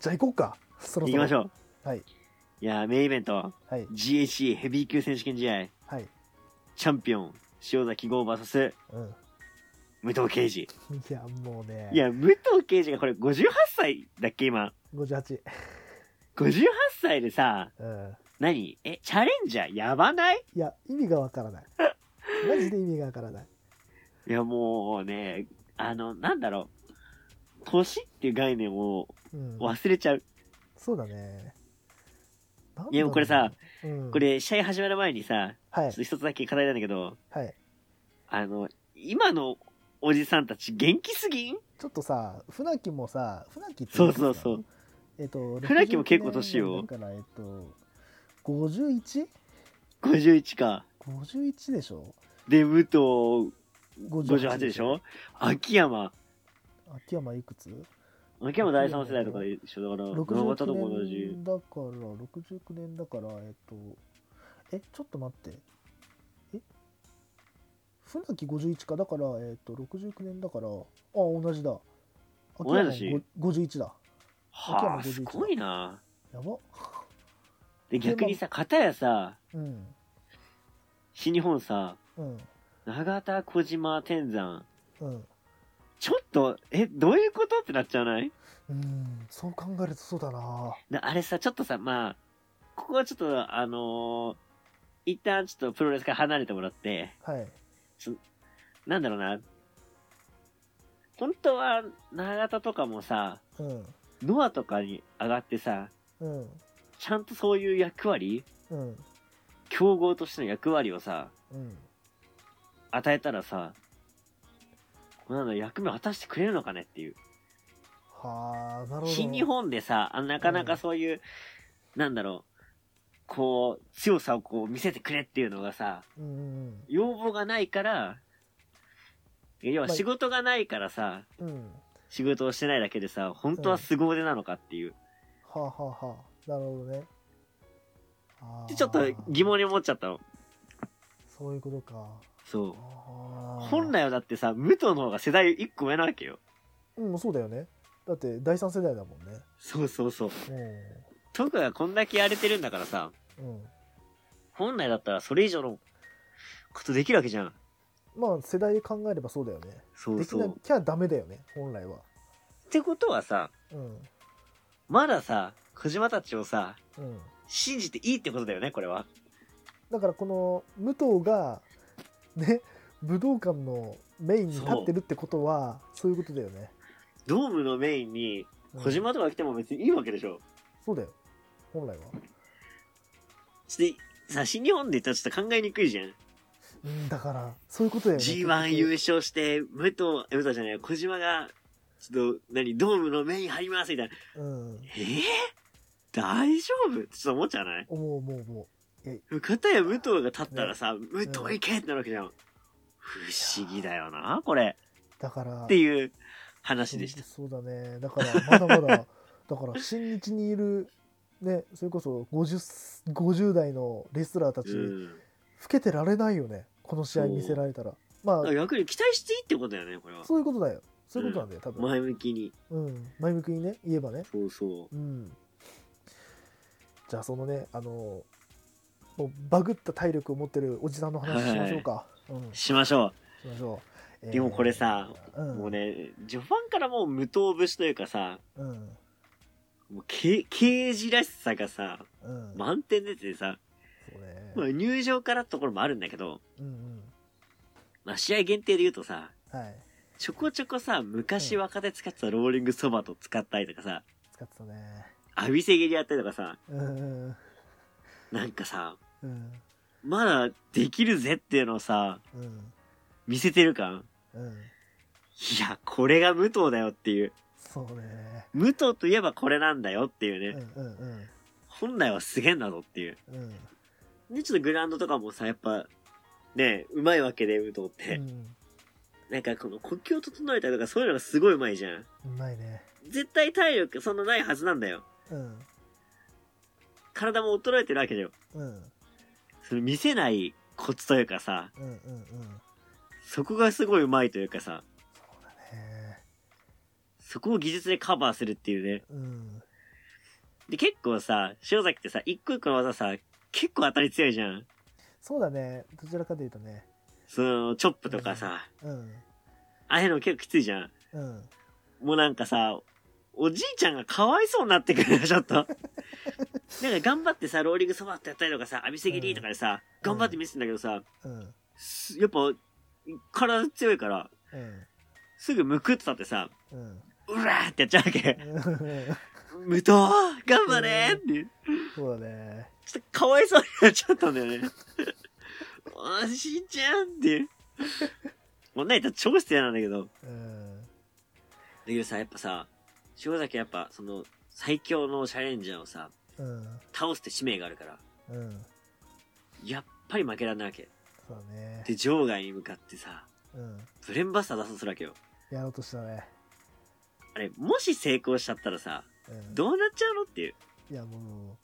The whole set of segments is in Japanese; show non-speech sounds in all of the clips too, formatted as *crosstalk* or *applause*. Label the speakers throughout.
Speaker 1: じゃあ行こうか。そろ
Speaker 2: 行
Speaker 1: そろ。
Speaker 2: きましょう。
Speaker 1: はい。
Speaker 2: いやー、メインイベント、
Speaker 1: はい。
Speaker 2: GHC ヘビー級選手権試合、
Speaker 1: はい。
Speaker 2: チャンピオン、塩崎豪 VS
Speaker 1: うん。
Speaker 2: 武藤敬司。
Speaker 1: いや、もうね。
Speaker 2: いや、武藤敬司がこれ58歳だっけ、今。
Speaker 1: 58。
Speaker 2: 58歳でさ、
Speaker 1: うん。
Speaker 2: 何え、チャレンジャーやばない
Speaker 1: いや、意味がわ
Speaker 2: *laughs*
Speaker 1: からない。マジで意味がわからない。
Speaker 2: いや、もうね、あの、なんだろう。年っていう概念を
Speaker 1: うん。
Speaker 2: 忘れちゃう。
Speaker 1: そうだね。なんだろう
Speaker 2: いや、もうこれさ、、
Speaker 1: うん、
Speaker 2: こ、れ試合始まる前にさ、
Speaker 1: は
Speaker 2: ちょ
Speaker 1: い
Speaker 2: っと。一つだけ課題なんだけど、
Speaker 1: はい。
Speaker 2: あの、今のおじさんたち元気すぎん
Speaker 1: ちょっとさ、船木もさ、船木って言
Speaker 2: そ
Speaker 1: ん
Speaker 2: う
Speaker 1: ですか
Speaker 2: そうそう。。
Speaker 1: えっと、
Speaker 2: 船木も結構年よ
Speaker 1: だから、えっと、51?51
Speaker 2: 51か。
Speaker 1: 51でしょ
Speaker 2: で、武藤58
Speaker 1: ?58
Speaker 2: でしょ秋山。
Speaker 1: 秋山いくつ
Speaker 2: 秋山第3世代とかでしょだから、野方とも同
Speaker 1: ?69
Speaker 2: じ。
Speaker 1: 年だから、69年だから、えっと、え、ちょっと待って。え船木51か。だから、えっと、69年だから、あ、同じだ。秋
Speaker 2: 同い
Speaker 1: 山
Speaker 2: 年
Speaker 1: ご51だ。秋
Speaker 2: は
Speaker 1: 山51
Speaker 2: あ、すごいな。
Speaker 1: やば。
Speaker 2: で、逆にさ、片やさ、
Speaker 1: うん。
Speaker 2: 新日本さ、
Speaker 1: うん。
Speaker 2: 長田、小島、天山。
Speaker 1: うん。
Speaker 2: ちょっと、え、どういうことってなっちゃわない
Speaker 1: うん、そう考えるとそうだな。
Speaker 2: なあれさ、ちょっとさ、まあ、ここはちょっと、あのー一旦ちょっとプロレスから離れてもらって、
Speaker 1: はい。
Speaker 2: なんだろうな、本当は、長田とかもさ、
Speaker 1: うん。
Speaker 2: ノアとかに上がってさ、
Speaker 1: うん。
Speaker 2: ちゃんとそういう役割、
Speaker 1: うん。
Speaker 2: 競合としての役割をさ、
Speaker 1: うん。
Speaker 2: 与えたらさ、なんだ役目を果たしてくれるのかねっていう。
Speaker 1: はあ、なるほど。
Speaker 2: 新日本でさ、あなかなかそういう、なんだろう、こう、強さをこう見せてくれっていうのがさ、
Speaker 1: うん。
Speaker 2: 要望がないから、要は
Speaker 1: まあ
Speaker 2: 仕事がないからさ、
Speaker 1: うん。うん。
Speaker 2: 仕事をしてないだけでさ、本当は凄腕なのかっていう。
Speaker 1: はあ、はあ、はあ。なるほどね。あー
Speaker 2: でちょっと疑。問に思っちゃったの。
Speaker 1: そういうことか。
Speaker 2: そ
Speaker 1: あ
Speaker 2: う。
Speaker 1: ー
Speaker 2: 本。来はだってさ、武藤の方が世代1個上なわけよ。
Speaker 1: うん、そうだよね。だって、第三世代だもんね。
Speaker 2: そうそうそう。トクがこんだけやれてるんだからさ、
Speaker 1: うん。うん。
Speaker 2: 本来だったらそれ以上のことできるわけじゃん。
Speaker 1: まあ、世代で考えればそうだよね。
Speaker 2: そう
Speaker 1: でき
Speaker 2: そ
Speaker 1: な
Speaker 2: う。っ
Speaker 1: きゃダメだよね、本来は。
Speaker 2: てことはさ、
Speaker 1: うん。
Speaker 2: まださ、小島たちをさ、
Speaker 1: うん。
Speaker 2: 信じていいってことだよね、これは。
Speaker 1: だからこの武藤がね武道館のメインに立ってるってことはそういうことだよね、
Speaker 2: ドームのメインに
Speaker 1: うん
Speaker 2: 小島とか来ても別にいいわけでしょ。
Speaker 1: そうだよ本来は、
Speaker 2: そして、さ、新日本で言ったらちょっと考えにくいじゃん。
Speaker 1: うん、だからそういうことだよね
Speaker 2: G1 優勝して、武藤、え武藤じゃない、小島が、ちょっと、何、ドームのメイン張りますみたいな。
Speaker 1: うん
Speaker 2: えー、大丈夫ってちょっと思っちゃわない
Speaker 1: 思う思う思
Speaker 2: 片や武藤が立ったらさ、武藤行けってなるわけじゃん。不思議だよな、これ。
Speaker 1: うだから
Speaker 2: っていう話でした。
Speaker 1: そうそうだねだからまだ *laughs* まだだから新日にいるねそれこそ 50, 50代のレスラーたち、
Speaker 2: うん。
Speaker 1: 老けてられないよねこの試合見せられたらま
Speaker 2: だから
Speaker 1: あ
Speaker 2: 逆に期待していいってことだよね、これは。
Speaker 1: そういうことだよそういうことなんだよ多分、
Speaker 2: 前向きに。
Speaker 1: うん、前向きにね言えばね
Speaker 2: そうそう。
Speaker 1: うん、じゃあそのねあのもうバグった体力を持ってるおじさんの話しましょうか、うんし
Speaker 2: しましょ
Speaker 1: ましょう、えー
Speaker 2: でもこれさ、う。
Speaker 1: ん、
Speaker 2: もうね、序盤からもう無藤節というかさ、
Speaker 1: うん
Speaker 2: もうけ、刑事らしさがさ、
Speaker 1: うん
Speaker 2: 満点出ててさ、
Speaker 1: そうね
Speaker 2: まあ、入場からってところもあるんだけど、
Speaker 1: うん
Speaker 2: まあ、試合限定で言うとさ、
Speaker 1: うんはい
Speaker 2: ちょこちょこさ、昔若手使ってたローリングソバと使ったりとかさ、
Speaker 1: 使ってたね
Speaker 2: 浴びせ蹴りやったりとかさ、
Speaker 1: うんうん
Speaker 2: なんかさ、
Speaker 1: うん
Speaker 2: まだできるぜっていうのをさ、
Speaker 1: うん
Speaker 2: 見せてる感。
Speaker 1: うん
Speaker 2: いや、これが武藤だよっていう。
Speaker 1: そうね
Speaker 2: 武藤といえばこれなんだよってい
Speaker 1: う
Speaker 2: うね。
Speaker 1: んうんうん
Speaker 2: 本来はすげえんだぞっていう。
Speaker 1: うん
Speaker 2: で、ちょっとグラウンドとかもさ、やっぱ、ね、うまいわけで、武藤っ
Speaker 1: う
Speaker 2: て。
Speaker 1: ん
Speaker 2: なんかこの呼吸を整えたりとかそういうのがすごいうまいじゃん。
Speaker 1: うまいね
Speaker 2: 絶対体力そんなないはずなんだよ。
Speaker 1: うん
Speaker 2: 体も衰えてるわけだよ。
Speaker 1: うん
Speaker 2: その見せないコツというかさ、
Speaker 1: うんうんうん
Speaker 2: そこがすごい上手いというかさ、
Speaker 1: そうだね
Speaker 2: そこを技術でカバーするっていうね、
Speaker 1: うん
Speaker 2: で、結構さ、塩崎ってさ、一個一個の技さ、結構当たり強いじゃん。
Speaker 1: そうだねどちらかというとね
Speaker 2: その、チョップとかさ、
Speaker 1: うん
Speaker 2: ああいうの結構きついじゃん。
Speaker 1: うん
Speaker 2: もうなんかさ、おじいちゃんがかわいそうになってく *laughs* るよ、ちょっと。なんか頑張ってさ、ローリングソファーってやったりとかさ、浴びせぎりとかでさ、
Speaker 1: うん
Speaker 2: 頑張って見せてんだけどさ、
Speaker 1: うん
Speaker 2: すやっぱ、体強いから、
Speaker 1: うん
Speaker 2: すぐむくってたってさ、
Speaker 1: うん
Speaker 2: うらーってやっちゃうわけ。
Speaker 1: うん
Speaker 2: 無糖頑張れーって。
Speaker 1: そうだね
Speaker 2: ちょっとかわいそうになっちゃったんだよね。おしんちゃんっていう。女いたら超捨てなんだけど。だ
Speaker 1: うん
Speaker 2: けどさ、やっぱさ、塩崎はやっぱ、その、最強のチャレンジャーをさ、
Speaker 1: うん
Speaker 2: 倒すって使命があるから、
Speaker 1: うん
Speaker 2: やっぱり負けられないわけ。
Speaker 1: そうだね
Speaker 2: で、場外に向かってさ、
Speaker 1: うん
Speaker 2: ブレンバスター出そうするわけよ。
Speaker 1: やろうとしたね
Speaker 2: あれ、もし成功しちゃったらさ、
Speaker 1: うん
Speaker 2: どうなっちゃうのっていう。
Speaker 1: いやも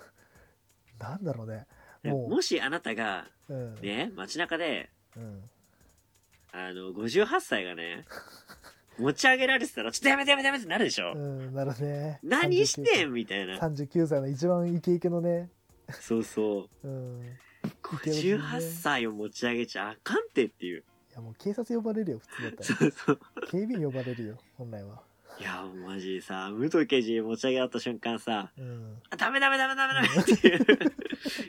Speaker 1: うなんだろうね
Speaker 2: で
Speaker 1: もう
Speaker 2: もしあなたが、
Speaker 1: うん
Speaker 2: ね、街中で、
Speaker 1: うん
Speaker 2: あの、58歳がね、持ち上げられてたら、ちょっとやめてやめてやめてってなるでしょ。
Speaker 1: うんなるね
Speaker 2: 何して
Speaker 1: ん
Speaker 2: んみたいな。
Speaker 1: 39歳の一番イケイケのね
Speaker 2: そうそ
Speaker 1: う
Speaker 2: う。
Speaker 1: んい
Speaker 2: 58歳を持ち上げちゃあかんてっ
Speaker 1: *laughs*
Speaker 2: ていう。
Speaker 1: やもう警察呼ばれるよ普通だった
Speaker 2: そ
Speaker 1: ら
Speaker 2: うそう。
Speaker 1: 警備員呼ばれるよ本来はい
Speaker 2: や、マジでさ、武藤刑事持ち上げられた瞬間さ、
Speaker 1: うん
Speaker 2: あダメダメダメダメダメっ
Speaker 1: *laughs*
Speaker 2: ていう。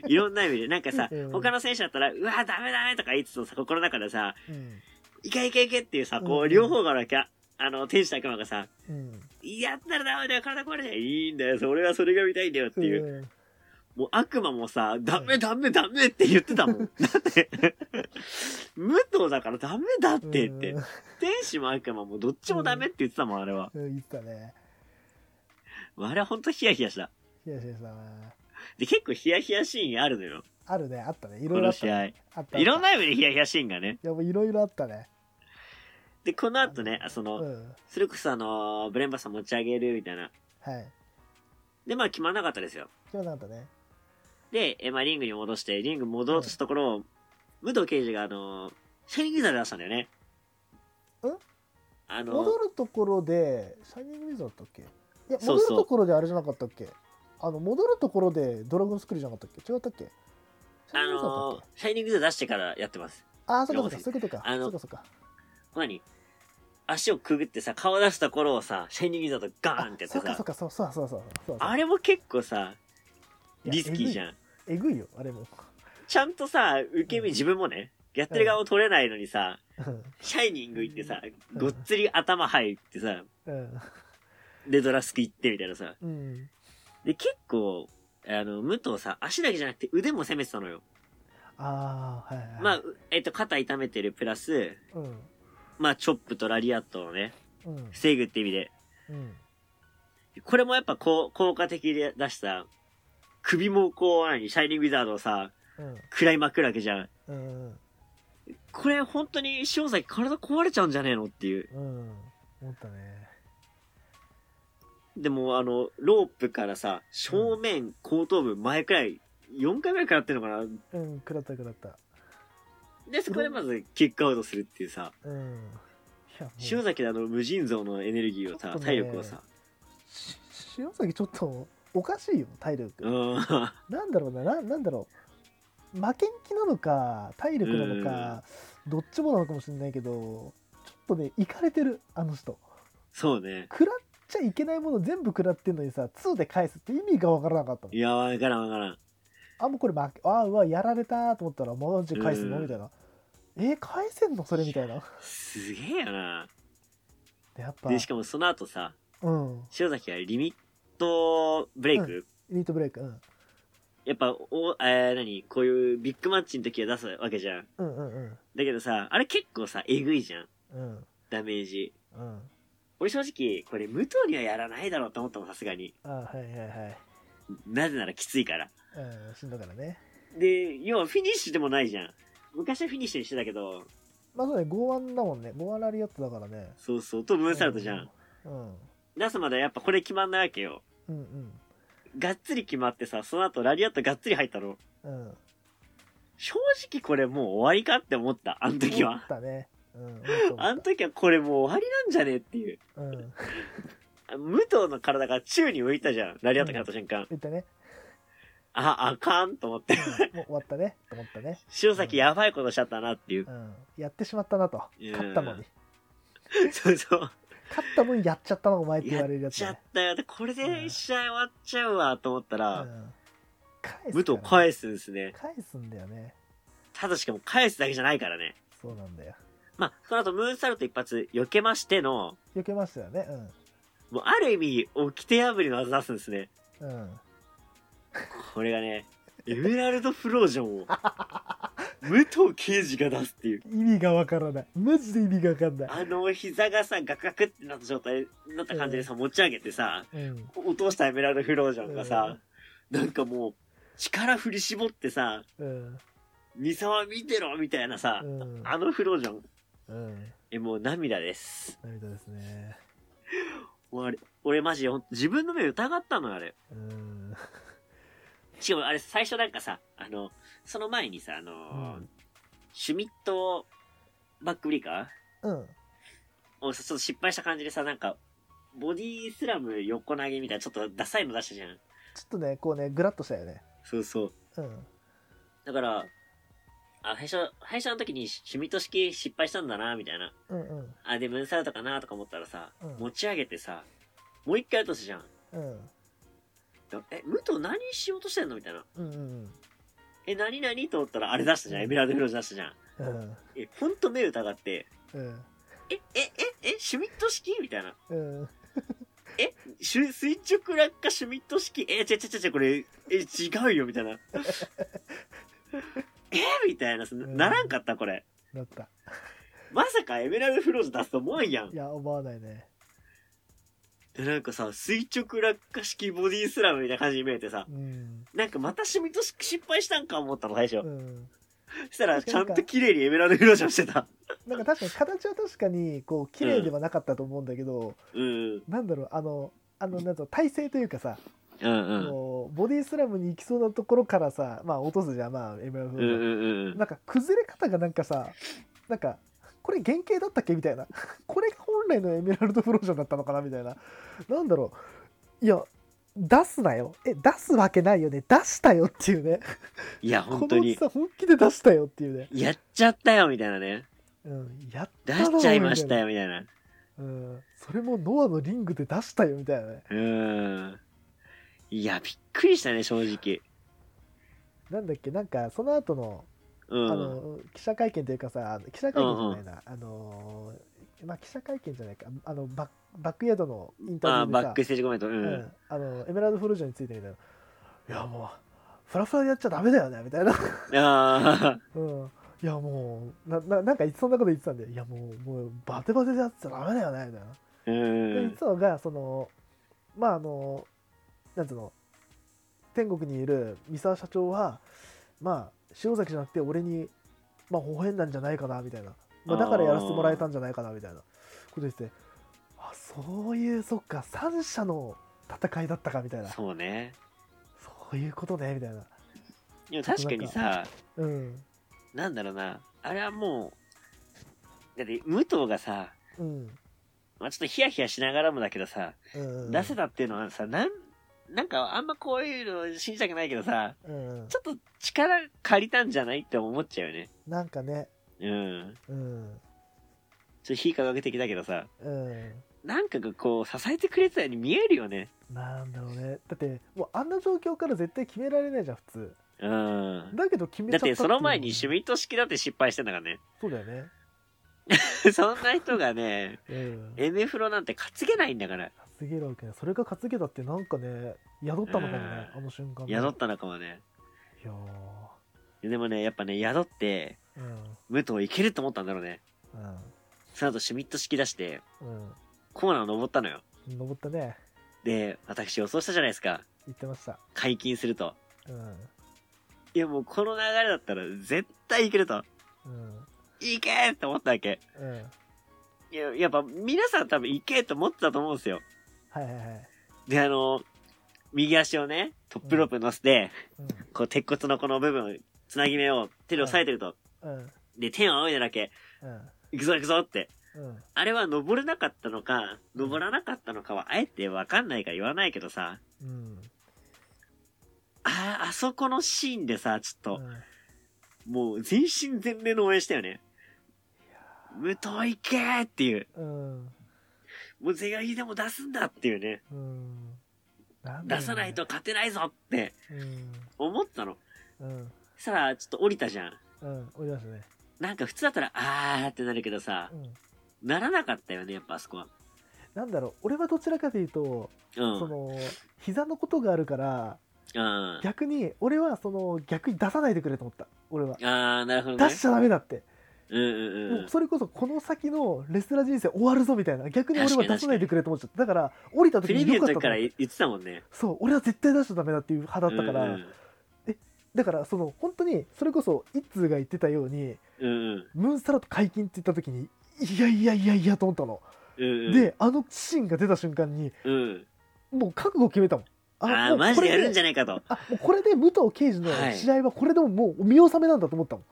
Speaker 2: いろんな意味で、なんかさ
Speaker 1: うん、
Speaker 2: 他の選手だったら、うわ、ダメダメとか言ってたさ、心の中でさ、
Speaker 1: うん
Speaker 2: いけいけいけっていうさ、
Speaker 1: う
Speaker 2: こう、
Speaker 1: ん
Speaker 2: 両方があるわけ。ああの、天使と悪魔がさ、
Speaker 1: うん
Speaker 2: いやったらダメだよ、体壊れちゃう。いいんだよ、それはそれが見たいんだよっていう。
Speaker 1: うん
Speaker 2: もう悪魔もさ、ダメダメダメって言ってた
Speaker 1: *laughs*
Speaker 2: もん。だって、武藤だからダメだってって
Speaker 1: うん。
Speaker 2: 天使も悪魔もどっちもダメって言ってたもん、あれは。
Speaker 1: うん言ってたね
Speaker 2: あれはほんとヒヤヒヤした。
Speaker 1: ヒヤヒヤしたな
Speaker 2: で、結構ヒヤヒヤシーンあるのよ。
Speaker 1: あるねあったねい
Speaker 2: こ
Speaker 1: ろいろあ
Speaker 2: の
Speaker 1: った
Speaker 2: 試
Speaker 1: ね
Speaker 2: 合。
Speaker 1: あった
Speaker 2: いろん
Speaker 1: い
Speaker 2: な意味でヒヤヒヤシーンがね。
Speaker 1: やもういろいろあったね
Speaker 2: で、この後ね、あそうの、
Speaker 1: ん
Speaker 2: それこそあのー、ブレンバスさん持ち上げるみたいな。
Speaker 1: はい
Speaker 2: で、まあ決まらなかったですよ。
Speaker 1: 今日なんかね
Speaker 2: で、えまあリングに戻して、リング戻ろうとしたところを、武藤刑事があのー、シャイニングザー出したんだよね。
Speaker 1: ん
Speaker 2: あのー
Speaker 1: 戻るところでシャイニングウィズだったっけいや
Speaker 2: そ
Speaker 1: 戻
Speaker 2: う
Speaker 1: る
Speaker 2: そう
Speaker 1: ところであれじゃなかったっけあの戻るところでドラゴンスクリューじゃなかったっけ違ったっけシャ
Speaker 2: あ
Speaker 1: イニングウィズだったっ
Speaker 2: の
Speaker 1: け
Speaker 2: シャイニングズ出してからやってます。
Speaker 1: ああそうかそうか
Speaker 2: いや
Speaker 1: そういうことか
Speaker 2: あの
Speaker 1: そうかそうか
Speaker 2: 何足をくぐってさ、顔出すところをさ、シャイニングズだとガーン
Speaker 1: あ
Speaker 2: ってやっ
Speaker 1: そ
Speaker 2: て
Speaker 1: うかそ
Speaker 2: さ
Speaker 1: う、かそうそうそうそうそう
Speaker 2: あれも結構さ、
Speaker 1: いや
Speaker 2: リスキーじゃん。
Speaker 1: えぐいよあれも
Speaker 2: ちゃんとさ、受け
Speaker 1: うん
Speaker 2: 身自分もね、やってる側を取れないのにさ、シャイニング行ってさ、
Speaker 1: ん
Speaker 2: ごっつり頭入ってさ、
Speaker 1: うん
Speaker 2: で、ドラスク行ってみたいなさ。
Speaker 1: うん
Speaker 2: で、結構、あの、武藤さ、足だけじゃなくて腕も攻めてたのよ。
Speaker 1: ああはいはい
Speaker 2: まあ、うえっと、肩痛めてるプラス、
Speaker 1: うん
Speaker 2: まあ、チョップとラリアットをね、
Speaker 1: うん
Speaker 2: 防ぐって意味で。
Speaker 1: うん
Speaker 2: これもやっぱこう、効果的で出した、首もこう、何、シャイニングウィザードをさ、
Speaker 1: うん
Speaker 2: 食らいまくるわけじゃん。
Speaker 1: うん
Speaker 2: これ本当に塩崎体壊れちゃうんじゃねえのっていう。
Speaker 1: うん思ったね
Speaker 2: でもあの、ロープからさ、正面、後頭部、前くらい、4回ぐらい食らってるのかな
Speaker 1: うん食らった食らった
Speaker 2: で、そこでまずキックアウトするっていうさ、
Speaker 1: うんいやもう
Speaker 2: 塩崎のあの無尽蔵のエネルギーを
Speaker 1: ちょ
Speaker 2: さ
Speaker 1: っ、とね
Speaker 2: 体力をさ、
Speaker 1: し塩崎ちょっとおかしいよ体力
Speaker 2: うん。 *laughs*
Speaker 1: なんだろうなななんだろう負けん気なのか体力なのかどっちもなのかもしれないけどちょっとねいかれてるあの人
Speaker 2: そうね。
Speaker 1: 食らっちゃいけないもの全部食らってんのにさ2で返すって意味がわからなかったもん
Speaker 2: いや、わからんわからん。
Speaker 1: あもうこれ負けあうわやられたと思ったらマジで返すの
Speaker 2: うん
Speaker 1: みたいなえー返せんのそれみたいな
Speaker 2: すげえよな。
Speaker 1: でやっぱ
Speaker 2: で、しかもその後さ、
Speaker 1: うん
Speaker 2: 塩崎はリミットブレイク、
Speaker 1: リートブレイク、うん、
Speaker 2: やっぱ、お、えー、何こういうビッグマッチの時は出すわけじゃん。
Speaker 1: うんうんうん
Speaker 2: だけどさ、あれ結構さ、えぐいじゃん。
Speaker 1: うん
Speaker 2: ダメージ。
Speaker 1: うん
Speaker 2: 俺正直、これ武藤にはやらないだろうと思ったもんさすがに。
Speaker 1: あはいはいはい
Speaker 2: なぜならきついから。
Speaker 1: うんしんどいからね
Speaker 2: で、要はフィニッシュでもないじゃん。昔はフィニッシュにしてたけど、
Speaker 1: まあそうね、剛腕だもんね。剛腕ラリアットだからね。
Speaker 2: そうそう、とムーンサルトじゃん。。
Speaker 1: うん。
Speaker 2: 出すまではやっぱこれ決まんないわけよ。
Speaker 1: うん
Speaker 2: がっつり決まってさ、その後ラリアットがっつり入ったの。
Speaker 1: うん。うん。
Speaker 2: 正直これもう終わりかって思った、あの時
Speaker 1: 思
Speaker 2: は
Speaker 1: っ。たね。うん。思
Speaker 2: あ
Speaker 1: っ
Speaker 2: の
Speaker 1: た
Speaker 2: 時はこれもう終わりなんじゃねっていう。
Speaker 1: 思ったうん。
Speaker 2: 武藤の体が宙に浮いたじゃん。ラリアット食らった瞬間。
Speaker 1: 言ったね。
Speaker 2: あ、あかんと思って。
Speaker 1: もう終わったね。と思ったね。
Speaker 2: 塩崎やばいことしちゃったなっていう
Speaker 1: う。ん。やってしまったなと。
Speaker 2: いや
Speaker 1: 勝ったのに。
Speaker 2: そうそう。
Speaker 1: 勝った分やっちゃったな、お前って言
Speaker 2: や
Speaker 1: われる
Speaker 2: っ
Speaker 1: やつ
Speaker 2: ちゃっ
Speaker 1: ね。
Speaker 2: たよ。で、これで試合終わっちゃうわと思った
Speaker 1: う
Speaker 2: ら、
Speaker 1: ん。返す
Speaker 2: 武藤
Speaker 1: からね
Speaker 2: 返すんですね。
Speaker 1: 返すんだよね。
Speaker 2: ただしかも返すだけじゃないからね。
Speaker 1: そうなんだよ。
Speaker 2: まあ、その後ムーンサルト一発避けましての、
Speaker 1: 避けましたよね。
Speaker 2: もうある意味、掟破りの技出すんですね。
Speaker 1: うん。うん。
Speaker 2: これがね、エメラルドフロージ
Speaker 1: *laughs*
Speaker 2: ョンを、武藤刑事が出すっていう。
Speaker 1: 意味がわからない。マジで意味がわかんない。
Speaker 2: あの膝がさ、ガクガクってなった状態、なった感じでさ、持ち上げてさ、
Speaker 1: うん。
Speaker 2: 落としたエメラルドフロージョンがさ、なんかもう、力振り絞ってさ、
Speaker 1: うん。
Speaker 2: 三沢見てろみたいなさ
Speaker 1: う、ん。
Speaker 2: あのフロージョン、
Speaker 1: うん。
Speaker 2: え、もう涙です。
Speaker 1: 涙ですね。
Speaker 2: もうあれ、俺マジでほんと自分の目疑ったのよ、あれ。
Speaker 1: うん。
Speaker 2: しかもあれ最初なんかさ、あの、その前にさ、あの、
Speaker 1: うん
Speaker 2: シュミットバックブリーカ
Speaker 1: うん。
Speaker 2: ーをさちょっと失敗した感じでさ、なんか、ボディスラム横投げみたいな、ちょっとダサいの出したじゃん。
Speaker 1: ちょっとね、こうね、ぐらっとしたよね。
Speaker 2: そうそ
Speaker 1: う
Speaker 2: う。
Speaker 1: ん。
Speaker 2: だから、あ、最初、最初の時にシュミット式失敗したんだな、みたいな。
Speaker 1: うんうん。
Speaker 2: あ、で、ムーンサルトかな、とか思ったらさ、
Speaker 1: うん
Speaker 2: 持ち上げてさ、もう一回落とすじゃん。
Speaker 1: うん。
Speaker 2: だえ、武藤何しようとしてんのみたいな。
Speaker 1: うんうん
Speaker 2: え、何何と思ったら、あれ出したじゃん。エメラルドフロージョン出したじゃん。
Speaker 1: うん。うん。
Speaker 2: え、ほんと目疑って、
Speaker 1: うん。
Speaker 2: え、え、え、え、シュミット式みたいな。
Speaker 1: うん。
Speaker 2: シュ垂直落下シュミット式え、ちゃちゃちゃちゃ、これ、え、違うよ、みたいな。 *laughs* えみたいな、そ
Speaker 1: ん
Speaker 2: ならんかった、これ。
Speaker 1: なった。
Speaker 2: まさかエメラルドフローズ出すと思わんやん
Speaker 1: い。や、思わないね。
Speaker 2: で、なんかさ、垂直落下式ボディスラムみたいな感じに見えてさ
Speaker 1: う、ん。
Speaker 2: なんかまたシュミット式失敗したんか思ったの、最
Speaker 1: う
Speaker 2: 初。
Speaker 1: ん。
Speaker 2: そしたら、ちゃんと綺麗にエメラルドフロージョンしてた。
Speaker 1: なんか確かに形は確かに、こう、綺麗ではなかったと思うんだけど、
Speaker 2: うん。
Speaker 1: なんだろう、あの、あの、なんと体勢というかさ、
Speaker 2: うん
Speaker 1: あ
Speaker 2: うん。
Speaker 1: のボディスラムに行きそうなところからさ、まあ落とすじゃん、まあ、エメラルド
Speaker 2: う
Speaker 1: フ
Speaker 2: ん
Speaker 1: ロージョン
Speaker 2: うんうん。
Speaker 1: なんか崩れ方がなんかさ、なんか、これ原型だったっけみたいな。 *laughs* これが本来のエメラルドフロージョンだったのかなみたいな。なんだろう。いや、出すなよ。え、出すわけないよね。出したよっていうね。
Speaker 2: いや、
Speaker 1: こ
Speaker 2: 本当
Speaker 1: のおじ
Speaker 2: に。
Speaker 1: さん本気で出したよっていうね。
Speaker 2: やっちゃったよ、みたいなね。
Speaker 1: うん、やっ
Speaker 2: 出
Speaker 1: たな
Speaker 2: しちゃいました。
Speaker 1: み
Speaker 2: よ、みたいな。
Speaker 1: たいなうん、それもノアのリングで出したよみたいなね。
Speaker 2: うーん。いや、びっくりしたね、正直。
Speaker 1: なんだっけ、なんかその後の、
Speaker 2: う
Speaker 1: あ
Speaker 2: ん。
Speaker 1: の記者会見というかさ、あの記者会見じゃないな。あのーまあ、記者会見じゃないかあのバッバックヤードのインタビ
Speaker 2: あ
Speaker 1: ュー
Speaker 2: ー
Speaker 1: で
Speaker 2: バ
Speaker 1: さ
Speaker 2: ックステージコメント。う。
Speaker 1: うんんあのエメラルドフロージョンについてみたいな「いやもうフラフラでやっちゃダメだよね」みたいな *laughs* 「
Speaker 2: ああ。
Speaker 1: うん、いやもうなななんかそんなこと言ってたんで「いやもうもうバテバテでやっちゃダメだよね」みたいな。
Speaker 2: う
Speaker 1: で言っ
Speaker 2: ん
Speaker 1: て。たのがそのまああのなんつうの天国にいる三沢社長はまあ塩崎じゃなくて俺にまあ微笑んだんじゃないかなみたいな、まあ、だからやらせてもらえたんじゃないかなみたいなこと言っててあそういうそっか三者の戦いだったかみたいな
Speaker 2: そうね。
Speaker 1: そういうことねみたいな
Speaker 2: でも確かにさ、
Speaker 1: うん
Speaker 2: なんだろうな。あれはもう、だって、武藤がさ、
Speaker 1: うん
Speaker 2: まあ、ちょっとヒヤヒヤしながらもだけどさ、
Speaker 1: うん
Speaker 2: 出せたっていうのはさ、なん、なんかあんまこういうの信じたくないけどさ、
Speaker 1: うん
Speaker 2: ちょっと力借りたんじゃないって思っちゃうよね。
Speaker 1: なんかね
Speaker 2: うん。
Speaker 1: うん
Speaker 2: ちょっと非科学的だけどさ、
Speaker 1: うん
Speaker 2: なんかがこう、支えてくれてたように見えるよね。
Speaker 1: なんだろうねだってもうあんな状況から絶対決められないじゃん普通
Speaker 2: うん。
Speaker 1: だけど決めちゃっ
Speaker 2: だった
Speaker 1: って
Speaker 2: てその前
Speaker 1: いう
Speaker 2: にシュミット式だって失敗してんだからね。 *laughs*
Speaker 1: そうだよね
Speaker 2: そんな人がね、
Speaker 1: うん
Speaker 2: エネフロなんて担げないんだから。
Speaker 1: 担げるわけねそれが担げたってなんかね宿ったのかもね
Speaker 2: うん
Speaker 1: あの瞬間ね
Speaker 2: 宿ったのかもね。
Speaker 1: いやー
Speaker 2: でもね、やっぱね、宿って、
Speaker 1: うん
Speaker 2: 武藤いけると思ったんだろうね。その後シュミット式出して、
Speaker 1: うん
Speaker 2: コーナー登ったのよ。
Speaker 1: うん登ったね
Speaker 2: で、私予想したじゃないですか。
Speaker 1: 言ってました
Speaker 2: 解禁すると。
Speaker 1: うん
Speaker 2: いやもうこの流れだったら絶対いけると。
Speaker 1: うん
Speaker 2: いけーって思ったわけ。
Speaker 1: うん
Speaker 2: いや、やっぱ皆さん多分いけーって思ってたと思うんですよ。
Speaker 1: はいはいはい
Speaker 2: で、あの、右足をね、トップロープに乗せて、
Speaker 1: う
Speaker 2: こう、鉄骨のこの部分、つなぎ目を手で押さえてると。
Speaker 1: んうん
Speaker 2: で、天を仰いだだけ、
Speaker 1: うん
Speaker 2: 行くぞ行くぞって。
Speaker 1: うん
Speaker 2: あれは登れなかったのか、登らなかったのかは、あえてわかんないから言わないけどさ、
Speaker 1: うん
Speaker 2: あ、あそこのシーンでさ、ちょっと、
Speaker 1: うん
Speaker 2: もう全身全霊の応援したよね。無糖行けーっていう。
Speaker 1: うん
Speaker 2: もう是が非でも出すんだっていうね。
Speaker 1: うんなんだろうね
Speaker 2: 出さないと勝てないぞって
Speaker 1: うん
Speaker 2: 思ったの。
Speaker 1: うん
Speaker 2: そしたら、ちょっと降りたじゃん。
Speaker 1: うん降りますね
Speaker 2: なんか普通だったら、あーってなるけどさ
Speaker 1: う、ん
Speaker 2: ならなかったよね、やっぱあそこは。
Speaker 1: なんだろう俺はどちらかというと
Speaker 2: うん。
Speaker 1: そうの膝のことがあるから
Speaker 2: ん。あ
Speaker 1: 逆に俺はその逆に出さないでくれと思った俺は
Speaker 2: ー、なるほど
Speaker 1: 出
Speaker 2: ね
Speaker 1: し。ちゃダメだって
Speaker 2: うんうんうん
Speaker 1: もうそれこそこの先のレスラー人生終わるぞみたいな逆に俺は
Speaker 2: 確かに
Speaker 1: 出さないでくれと思っちゃっただから降りた
Speaker 2: うん。
Speaker 1: 時
Speaker 2: プレ
Speaker 1: に
Speaker 2: ビュー
Speaker 1: 良か
Speaker 2: の
Speaker 1: ったと
Speaker 2: 時から
Speaker 1: 思う
Speaker 2: 言ってたもんね。
Speaker 1: そう俺は絶対出しちゃダメだっていう派だったから、
Speaker 2: うん
Speaker 1: だからその本当にそれこそ一通が言ってたように
Speaker 2: うんうん。
Speaker 1: ムーンサラと解禁って言った時にいやいやいやいやと思ったの、
Speaker 2: うんうん。、
Speaker 1: であのシーンが出た瞬間に
Speaker 2: うん。
Speaker 1: もう覚悟決めたもん
Speaker 2: あー、マジでやるんじ
Speaker 1: ゃ
Speaker 2: ゃないかと。
Speaker 1: あもうこれで武藤刑事の
Speaker 2: はい
Speaker 1: 試合はこれでももう見納めなんだと思ったもん、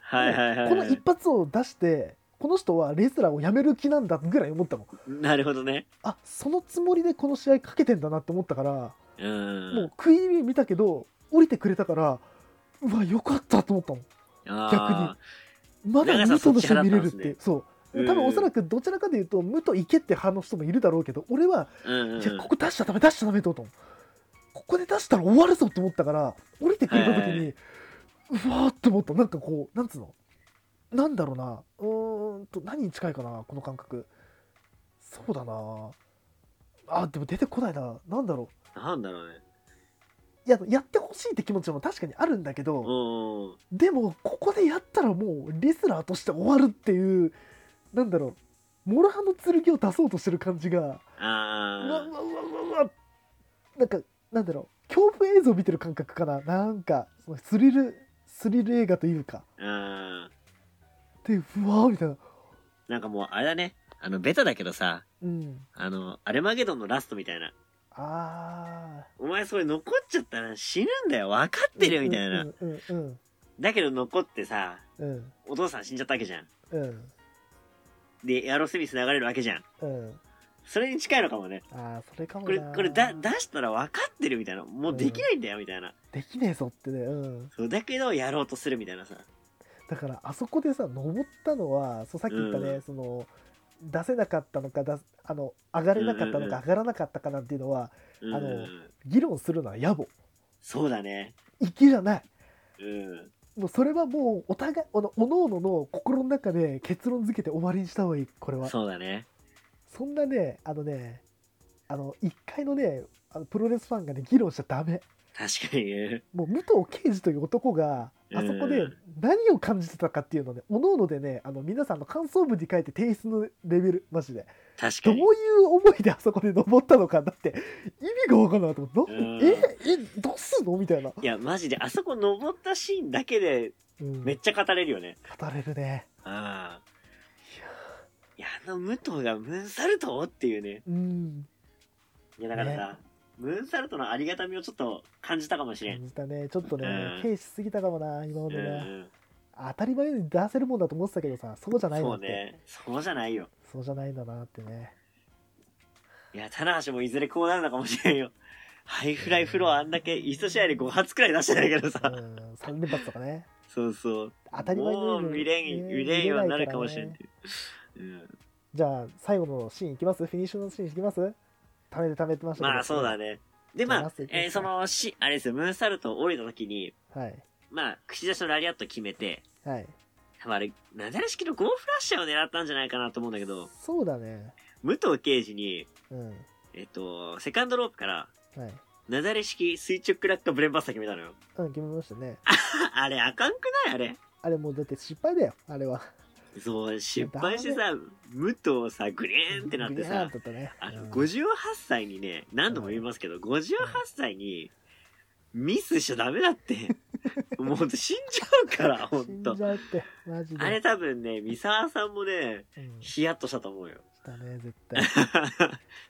Speaker 2: はいはいはい。
Speaker 1: この一発を出してこの人はレスラーを辞める気なんだぐらい思ったもん
Speaker 2: なるほどね。
Speaker 1: あそのつもりでこの試合かけてんだなって思ったから、
Speaker 2: うんうん。
Speaker 1: もう食い気味見たけど降りてくれたからうわよかったと思ったもん
Speaker 2: あ
Speaker 1: まだ武
Speaker 2: 長さ
Speaker 1: 藤
Speaker 2: そ
Speaker 1: の
Speaker 2: っち
Speaker 1: 試合
Speaker 2: 派
Speaker 1: 見れ
Speaker 2: だ
Speaker 1: る
Speaker 2: っ
Speaker 1: った
Speaker 2: ん
Speaker 1: て
Speaker 2: ですね
Speaker 1: そう多分
Speaker 2: うん
Speaker 1: おそらくどちらかで言うと武藤行けって派の人もいるだろうけど俺は、
Speaker 2: ーうんうん
Speaker 1: いやここ出しちゃダメ出しちゃダメって思ったもんここで出したら終わるぞって思ったから降りてくれた時
Speaker 2: はいは
Speaker 1: に、うわーって思ったなんかこうなんつうのなんだろうなうーんと何に近いかなこの感覚そうだなあでも出てこないななんだろ
Speaker 2: なんだろうね。
Speaker 1: ういややってほしいって気持ちも確かにあるんだけど、
Speaker 2: うんうん。
Speaker 1: でもここでやったらもうレスラーとして終わるっていうなんだろうモロハの剣を出そうとしてる感じがうわうわ
Speaker 2: あ
Speaker 1: うわうわうわなんかなんだろう恐怖映像見てる感覚かななんかそのスリルスリル映画というか
Speaker 2: ー。あ
Speaker 1: でうわーみたいな
Speaker 2: ー。なんかもう、あれだね。あの、ベタだけどさ、
Speaker 1: うん
Speaker 2: あの、アルマゲドンのラストみたいな。
Speaker 1: あ
Speaker 2: お前それ残っちゃったら死ぬんだよ。分かっ
Speaker 1: ー
Speaker 2: てるよ、みたいな
Speaker 1: う。んうんうん
Speaker 2: だけど残ってさ、
Speaker 1: うん
Speaker 2: お父さん死んじゃったわけじゃん。
Speaker 1: うん
Speaker 2: で、エアロスミス流れるわけじゃん。
Speaker 1: うん
Speaker 2: それに近いのかもね。
Speaker 1: ああそれかも
Speaker 2: これ、
Speaker 1: な
Speaker 2: これだ、出したら分かってるみたいな。もうできないんだよ、みたいな。
Speaker 1: できねえぞってねうん
Speaker 2: そう、だけど、やろうとするみたいなさ。
Speaker 1: だからあそこでさ登ったのはそうさっき言ったね、
Speaker 2: うん
Speaker 1: その出せなかったのか出すあの上がれなかったの
Speaker 2: うんうんう
Speaker 1: か
Speaker 2: ん
Speaker 1: 上がらなかったかなんていうのは
Speaker 2: うん。
Speaker 1: あの議論するのは野暮
Speaker 2: そうだね。
Speaker 1: 粋じゃない
Speaker 2: うん。
Speaker 1: もうそれはもうお互いあのおのおのの心の中で結論付けて終わりにした方がいいこれはそ
Speaker 2: そうだね。
Speaker 1: んなねあのねあの一回のねあのプロレスファンがね議論しちゃダメ
Speaker 2: 確かに。
Speaker 1: もう武藤敬司という男があそこで
Speaker 2: うん
Speaker 1: 何を感じてたかっていうのをねおのおのでねあの皆さんの感想文に書いて提出のレベルマジで
Speaker 2: 確か
Speaker 1: どうい
Speaker 2: に。
Speaker 1: う思いであそこで登ったのかだって意味が分からなかったもんなん
Speaker 2: うん
Speaker 1: ええどうすんのみたいな、
Speaker 2: いや、マジで、あそこ登ったシーンだけで、
Speaker 1: うん、
Speaker 2: めっちゃ語れるよね。
Speaker 1: 語れるね
Speaker 2: ああ。いや、あの武藤がムーンサルトっていうね。
Speaker 1: うん
Speaker 2: いや、だからさ、ムーンサルトのありがたみをちょっと感じたかもしれん。
Speaker 1: 感じたねちょっとね
Speaker 2: うん
Speaker 1: 軽視しすぎたかもな今ま
Speaker 2: うん
Speaker 1: でね
Speaker 2: うん。
Speaker 1: 当たり前に出せるもんだと思ってたけどさそうじゃない
Speaker 2: そ
Speaker 1: な
Speaker 2: う
Speaker 1: って
Speaker 2: ね。そうじゃないよ。
Speaker 1: そうじゃないんだなってね
Speaker 2: いや、棚橋もいずれこうなるのかもしれんよ。ハイフライフロアあんだけ、一試合で5発くらい出してないけど
Speaker 1: う
Speaker 2: さ。
Speaker 1: ん3連発とか
Speaker 2: *laughs*
Speaker 1: ね
Speaker 2: そうそう。
Speaker 1: 当たり前のよ
Speaker 2: も
Speaker 1: う
Speaker 2: う
Speaker 1: に
Speaker 2: 見れん、
Speaker 1: ね
Speaker 2: 見れんようになるかもし
Speaker 1: 見れ
Speaker 2: れ
Speaker 1: なん
Speaker 2: っ
Speaker 1: いからね
Speaker 2: ていう。うん。
Speaker 1: じゃあ最後のシーンいきますフィニッシュのシーンいきますためてためてましたけど
Speaker 2: まあそうだね。でま
Speaker 1: ラ
Speaker 2: あ
Speaker 1: ストい、きますか
Speaker 2: えーそのし、あれですよ、ムーンサルトを降りた時に、
Speaker 1: はい
Speaker 2: まあ、口出しのラリアット決めて、
Speaker 1: はい
Speaker 2: 多分あれ、なだら式のゴーフラッシャーを狙ったんじゃないかなと思うんだけど、
Speaker 1: そうだね
Speaker 2: 武藤刑事に、
Speaker 1: うん
Speaker 2: えっと、セカンドロープから、
Speaker 1: はい
Speaker 2: なだれ式垂直落下ブレーンバスター決めたのよ。 *laughs*
Speaker 1: うん決めましたね
Speaker 2: あれ、あかんくないあれ。
Speaker 1: あれもうだって失敗だよあれは
Speaker 2: そう、失敗してさ、武藤さ、グリーンってなって
Speaker 1: グニャー
Speaker 2: さ
Speaker 1: っ、てなった
Speaker 2: あ
Speaker 1: ね
Speaker 2: の、
Speaker 1: うん
Speaker 2: 58歳にね、何度も言いますけど、58歳に、ミスしちゃダメだって。
Speaker 1: *laughs*
Speaker 2: もうほんと死んじゃうから、ほん
Speaker 1: 死
Speaker 2: と
Speaker 1: んじ。ゃうってマジで
Speaker 2: あれ多分ね、三沢さんもね、
Speaker 1: うんし
Speaker 2: ヒヤッとしたと思うよ。
Speaker 1: たね絶
Speaker 2: *laughs*
Speaker 1: 対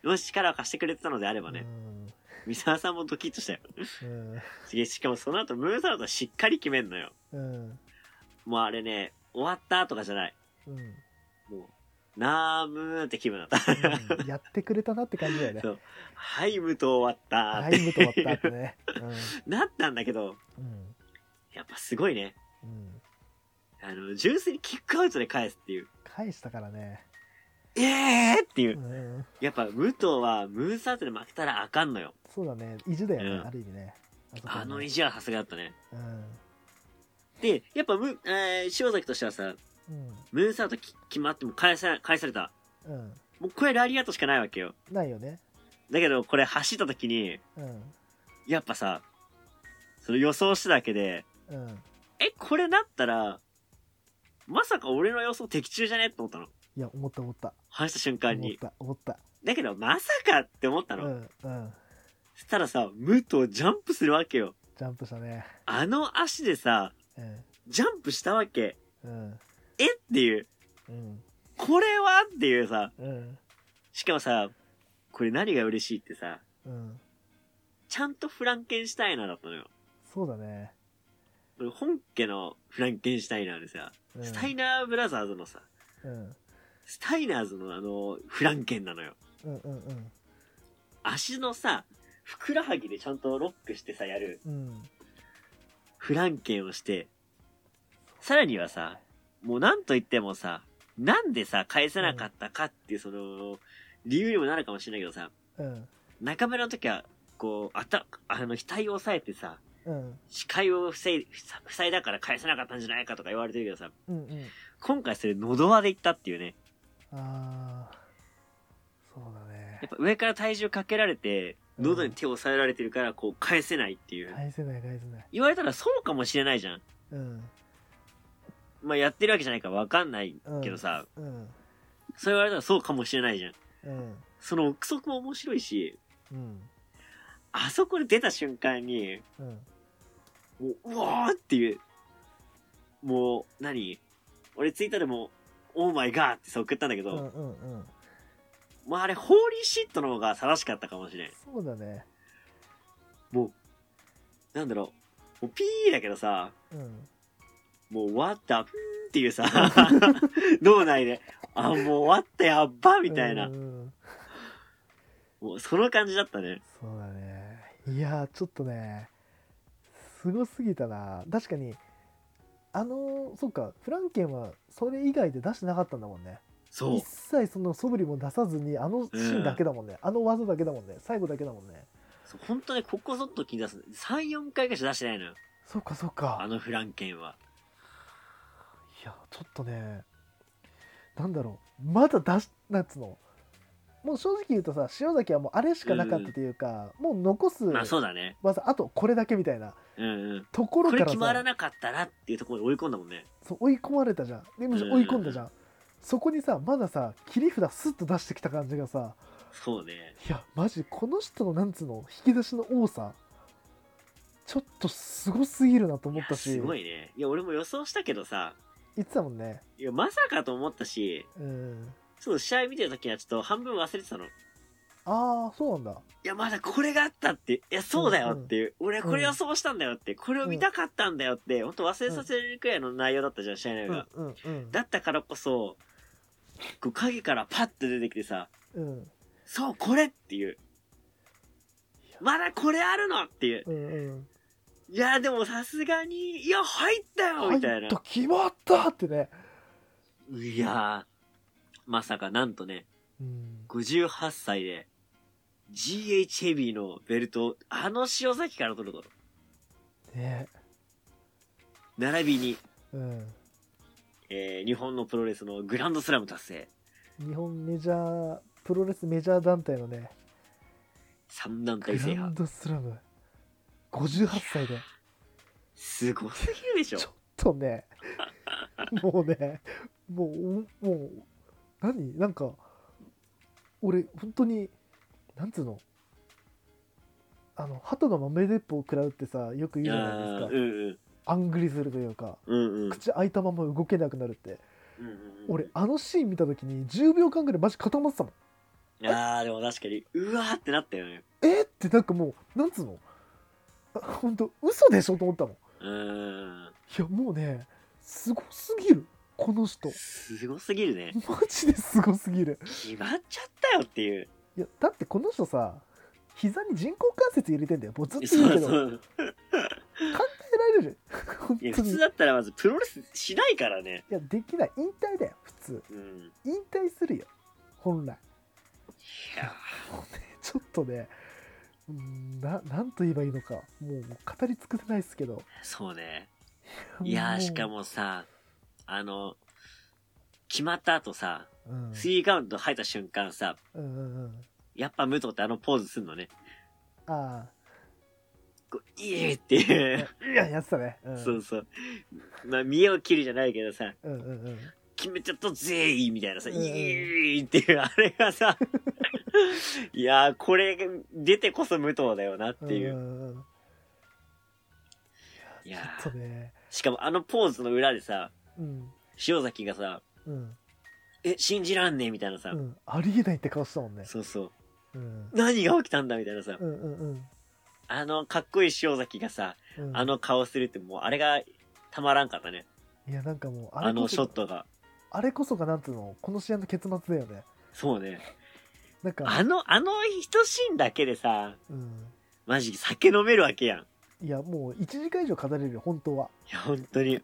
Speaker 2: もし力を貸してくれてたのであれば
Speaker 1: う
Speaker 2: ね、
Speaker 1: ん
Speaker 2: 三沢さんもドキッとしたよ。
Speaker 1: うん
Speaker 2: ししかもその後、ムーンサルトしっかり決めんのよ。
Speaker 1: うん
Speaker 2: もうあれね、終わったとかじゃない。
Speaker 1: うん
Speaker 2: もなーむーって気分だった。
Speaker 1: うんやってくれたなって感じだよね
Speaker 2: そ。うはい、無糖終わった
Speaker 1: タ
Speaker 2: ーっ
Speaker 1: イ
Speaker 2: て、
Speaker 1: ム止まったってね。
Speaker 2: なったんだけど、
Speaker 1: うん。うん
Speaker 2: やっぱすごいね。
Speaker 1: うん。
Speaker 2: あの、純粋にキックアウトで返すっていう。
Speaker 1: 返したからね。
Speaker 2: ええーっていうう。
Speaker 1: ん。
Speaker 2: やっぱ、武藤はムーンサートで負けたらあかんのよ。
Speaker 1: そうだね。意地だよね、
Speaker 2: うん
Speaker 1: ある意味ね。そこはね
Speaker 2: あの意。地はさすがだったね。
Speaker 1: うん。
Speaker 2: で、やっぱム、えー、塩崎としてはさ、
Speaker 1: うん。
Speaker 2: ムーンサートき決まっても返さ返された。
Speaker 1: うん。
Speaker 2: もうこれラリアットしかないわけよ。
Speaker 1: ないよね。
Speaker 2: だけど、これ走った時に、
Speaker 1: うん。
Speaker 2: やっぱさ、その予想してただけで、
Speaker 1: うん。
Speaker 2: え、これだったら、まさか俺の予想的中じゃねって思ったの。
Speaker 1: いや、思った思った。
Speaker 2: 話した瞬間
Speaker 1: 思っ
Speaker 2: に。
Speaker 1: た、思った。
Speaker 2: だけど、まさかって思った
Speaker 1: う
Speaker 2: の。
Speaker 1: ん。うん。
Speaker 2: そしたらさ、武藤ジャンプするわけよ。
Speaker 1: ジャンプしたね。
Speaker 2: あの足でさ、
Speaker 1: うん。
Speaker 2: ジャンプしたわけ。
Speaker 1: うん。
Speaker 2: えっていう。
Speaker 1: うん。
Speaker 2: これはっていうさ。
Speaker 1: うん。
Speaker 2: しかもさ、これ何が嬉しいってさ、
Speaker 1: うん。
Speaker 2: ちゃんとフランケンシュタイナーだったのよ。
Speaker 1: そうだね。
Speaker 2: これ本家のフランケンシュタイナーでさ、
Speaker 1: うん
Speaker 2: スタイナーブラザーズのさ、
Speaker 1: うん。
Speaker 2: スタイナーズのあの、フランケンなのよ。
Speaker 1: うんうんうん。
Speaker 2: 足のさ、ふくらはぎでちゃんとロックしてさ、やる
Speaker 1: うん。
Speaker 2: フランケンをして、さらにはさ、もうなんと言ってもさ、なんでさ、返せなかったかっていうその、理由にもなるかもしれないけどさ、
Speaker 1: うん。
Speaker 2: 中村の時は、こう、あた、あの、額を押さえてさ、
Speaker 1: うん。
Speaker 2: 視界を塞い、塞いだから返せなかったんじゃないかとか言われてるけどさ、
Speaker 1: うんうん。
Speaker 2: 今回それ喉輪で行ったっていうね。
Speaker 1: ああ。そうだね
Speaker 2: やっ。ぱ上から体重かけられて、喉に手を押さえられてるから、こう返せないっていう。
Speaker 1: 返せない返せない。
Speaker 2: 言われたらそうかもしれないじゃん。
Speaker 1: うん。
Speaker 2: まあやってるわけじゃないからわかんないけどさ、
Speaker 1: うん。
Speaker 2: そう言われたらそうかもしれないじゃん。
Speaker 1: うん。
Speaker 2: その憶測も面白いし、
Speaker 1: うん。
Speaker 2: あそこで出た瞬間に、
Speaker 1: うん。
Speaker 2: もう、うわーっていう、もう、何俺ツイッターでも、オーマイガーってそう送ったんだけ
Speaker 1: うん
Speaker 2: ど、
Speaker 1: うんうん。
Speaker 2: まああれ、ホーリーシットの方が正しかったかもしれん。
Speaker 1: そうだね。
Speaker 2: もう、なんだろう、もうピーだけどさ、
Speaker 1: うん。
Speaker 2: もう終わった、ふーんっていうさ、脳内で、あ、もう終わった、やっば、みたいな
Speaker 1: うん。うん
Speaker 2: もうその感じだったね。
Speaker 1: そうだね。いやー、ちょっとね、すごすぎたな。確かに、あのー、そっか、フランケンはそれ以外で出してなかったんだもんね。
Speaker 2: そう
Speaker 1: 一。切その素振りも出さずに、あのシーンだけだもんね。あの技だけだもんね。最後だけだもんね。
Speaker 2: そう本当ね、ここぞっと気出す。3、4回ぐらいしか出してないのよ。
Speaker 1: そっかそっ
Speaker 2: あ
Speaker 1: か。
Speaker 2: のフランケンは。
Speaker 1: いや、ちょっとね、なんだろう。まだ出し、なんつうの。もう正直言うとさ、塩崎はもうあれしかなかったというか、もう残す
Speaker 2: まあそ
Speaker 1: 技、
Speaker 2: うだね。
Speaker 1: あとこれだけみたいな
Speaker 2: うんうん。
Speaker 1: ところ
Speaker 2: こ
Speaker 1: か
Speaker 2: れ
Speaker 1: ら
Speaker 2: 決まら
Speaker 1: さ、
Speaker 2: なかったらっていうところで追い込んだもんね。
Speaker 1: そう追い込まれたじゃん。で、むしろ追い込んだじゃん。そこにさ、まださ、切り札スッと出してきた感じがさ、
Speaker 2: そうね。
Speaker 1: いや、マジ、この人のなんつうの、引き出しの多さ、ちょっとすごすぎるなと
Speaker 2: い
Speaker 1: 思っ
Speaker 2: や
Speaker 1: たし、
Speaker 2: すごいね。いや、俺も予想したけどさ、
Speaker 1: 言ってたもんね。
Speaker 2: いや、まさかと思ったし、
Speaker 1: うん。
Speaker 2: ちょっと試合見てる時はちょっと半分忘れてたの。い
Speaker 1: ああ、そうなんだ。
Speaker 2: や、まだこれがあったって、いや、そうだよっていう、俺これ予想したんだよって、これを見たかったんだよって、本当忘れさせるくらいの内容だったじゃん、試合
Speaker 1: う
Speaker 2: 内容
Speaker 1: ん
Speaker 2: が。
Speaker 1: うんうん。
Speaker 2: だったからこそ、こう影からパッと出てきてさ、
Speaker 1: うん
Speaker 2: そう、これっていう。まだこれあるのっていう。
Speaker 1: うんうん。
Speaker 2: いや、でもさすがに、いや、入ったよみたい
Speaker 1: 入
Speaker 2: な
Speaker 1: っ。た決まったってね。
Speaker 2: いやー、まさかなんとね、
Speaker 1: うん。
Speaker 2: 58歳で、GH ヘビーのベルトを、あの塩崎から取ると。
Speaker 1: ね。
Speaker 2: 並びに、
Speaker 1: うん。
Speaker 2: えー日本のプロレスのグランドスラム達成。
Speaker 1: 日本メジャー、プロレスメジャー団体のね、
Speaker 2: 3団
Speaker 1: グ
Speaker 2: 体制
Speaker 1: ラ
Speaker 2: 覇
Speaker 1: ン。ドスラム。58歳で。
Speaker 2: すごすぎるでしょ
Speaker 1: ちょっとね、もうね、もう、もう、何なんか、俺、本当に、なんつうの、あの、鳩が豆鉄砲を食らうってさ、よく
Speaker 2: い
Speaker 1: 言うじ
Speaker 2: や
Speaker 1: ゃない
Speaker 2: ー
Speaker 1: で
Speaker 2: う
Speaker 1: すか。
Speaker 2: ん
Speaker 1: アングリするというか、
Speaker 2: うん。うんうん。
Speaker 1: 口開いたまま動けなくなるって。
Speaker 2: うんうんうん
Speaker 1: 俺、あのシーン見たときに、10秒間ぐらいマジ固まってたもん。
Speaker 2: いやー、でも確かに、うわーってなったよね。
Speaker 1: えーって、なんかもう、なんつうの、 *laughs* あ本当嘘でしょと思ったもん。
Speaker 2: うー
Speaker 1: い
Speaker 2: ん。
Speaker 1: や、もうね、すごすぎる。この人
Speaker 2: すごすぎるね。
Speaker 1: マジですごすぎる
Speaker 2: 決まっちゃったよっていう。
Speaker 1: いやだってこの人さ膝に人工関節入れてんだよもうずっと言う
Speaker 2: そ
Speaker 1: け
Speaker 2: う
Speaker 1: ど
Speaker 2: そ
Speaker 1: 考
Speaker 2: う。
Speaker 1: えられる *laughs* 本
Speaker 2: いや、
Speaker 1: 当
Speaker 2: 普
Speaker 1: にい
Speaker 2: 通だったらまずプロレスしないからね。
Speaker 1: やできない引退だよ普通
Speaker 2: うん。
Speaker 1: 引退するよ本来 *laughs*
Speaker 2: いや
Speaker 1: ちょっとねうんななんと言えばいいのかもうもう語り尽くせないですけど
Speaker 2: そうね。いや
Speaker 1: もう
Speaker 2: ー、しかもさ、あの、決まった後さ、
Speaker 1: うん
Speaker 2: スリーカウント入った瞬間さ、
Speaker 1: うんうんうん
Speaker 2: やっぱ武藤ってあのポーズすんのね。
Speaker 1: あ
Speaker 2: こう、いえっていう。
Speaker 1: あいややってたねうん
Speaker 2: そうそう。まあ、見栄を切るじゃないけどさ、
Speaker 1: うんうんうん
Speaker 2: 決めちゃったぜーいみたいなさ、
Speaker 1: う
Speaker 2: い
Speaker 1: ん
Speaker 2: ーっていう、あれがさ、いやー、これ、出てこそ武藤だよなっていうう。
Speaker 1: んうんうん
Speaker 2: いや
Speaker 1: ちょ
Speaker 2: ー
Speaker 1: っとね
Speaker 2: しかもあのポーズの裏でさ、
Speaker 1: うん
Speaker 2: 塩崎がさ、
Speaker 1: うん
Speaker 2: え、信じらんねえみたいなさ、
Speaker 1: うんありえないって顔したもんね
Speaker 2: そうそ
Speaker 1: う
Speaker 2: う。
Speaker 1: ん
Speaker 2: 何が起きたんだみたいなさ、
Speaker 1: うんうんうん
Speaker 2: あの、かっこいい塩崎がさ、
Speaker 1: うん
Speaker 2: あの顔するってもう、あれが、たまらんかったね。
Speaker 1: いやなんかもうあ
Speaker 2: あ
Speaker 1: れこ
Speaker 2: のシ
Speaker 1: そ
Speaker 2: ョットが。
Speaker 1: あれこそがなんていうのこの試合の結末だよね
Speaker 2: そうね。
Speaker 1: なんか
Speaker 2: あの、あの一シーンだけでさ、
Speaker 1: うん
Speaker 2: マジ酒飲めるわけやん。い
Speaker 1: いやもう1時間以上語れるよ本当は
Speaker 2: や、本当に。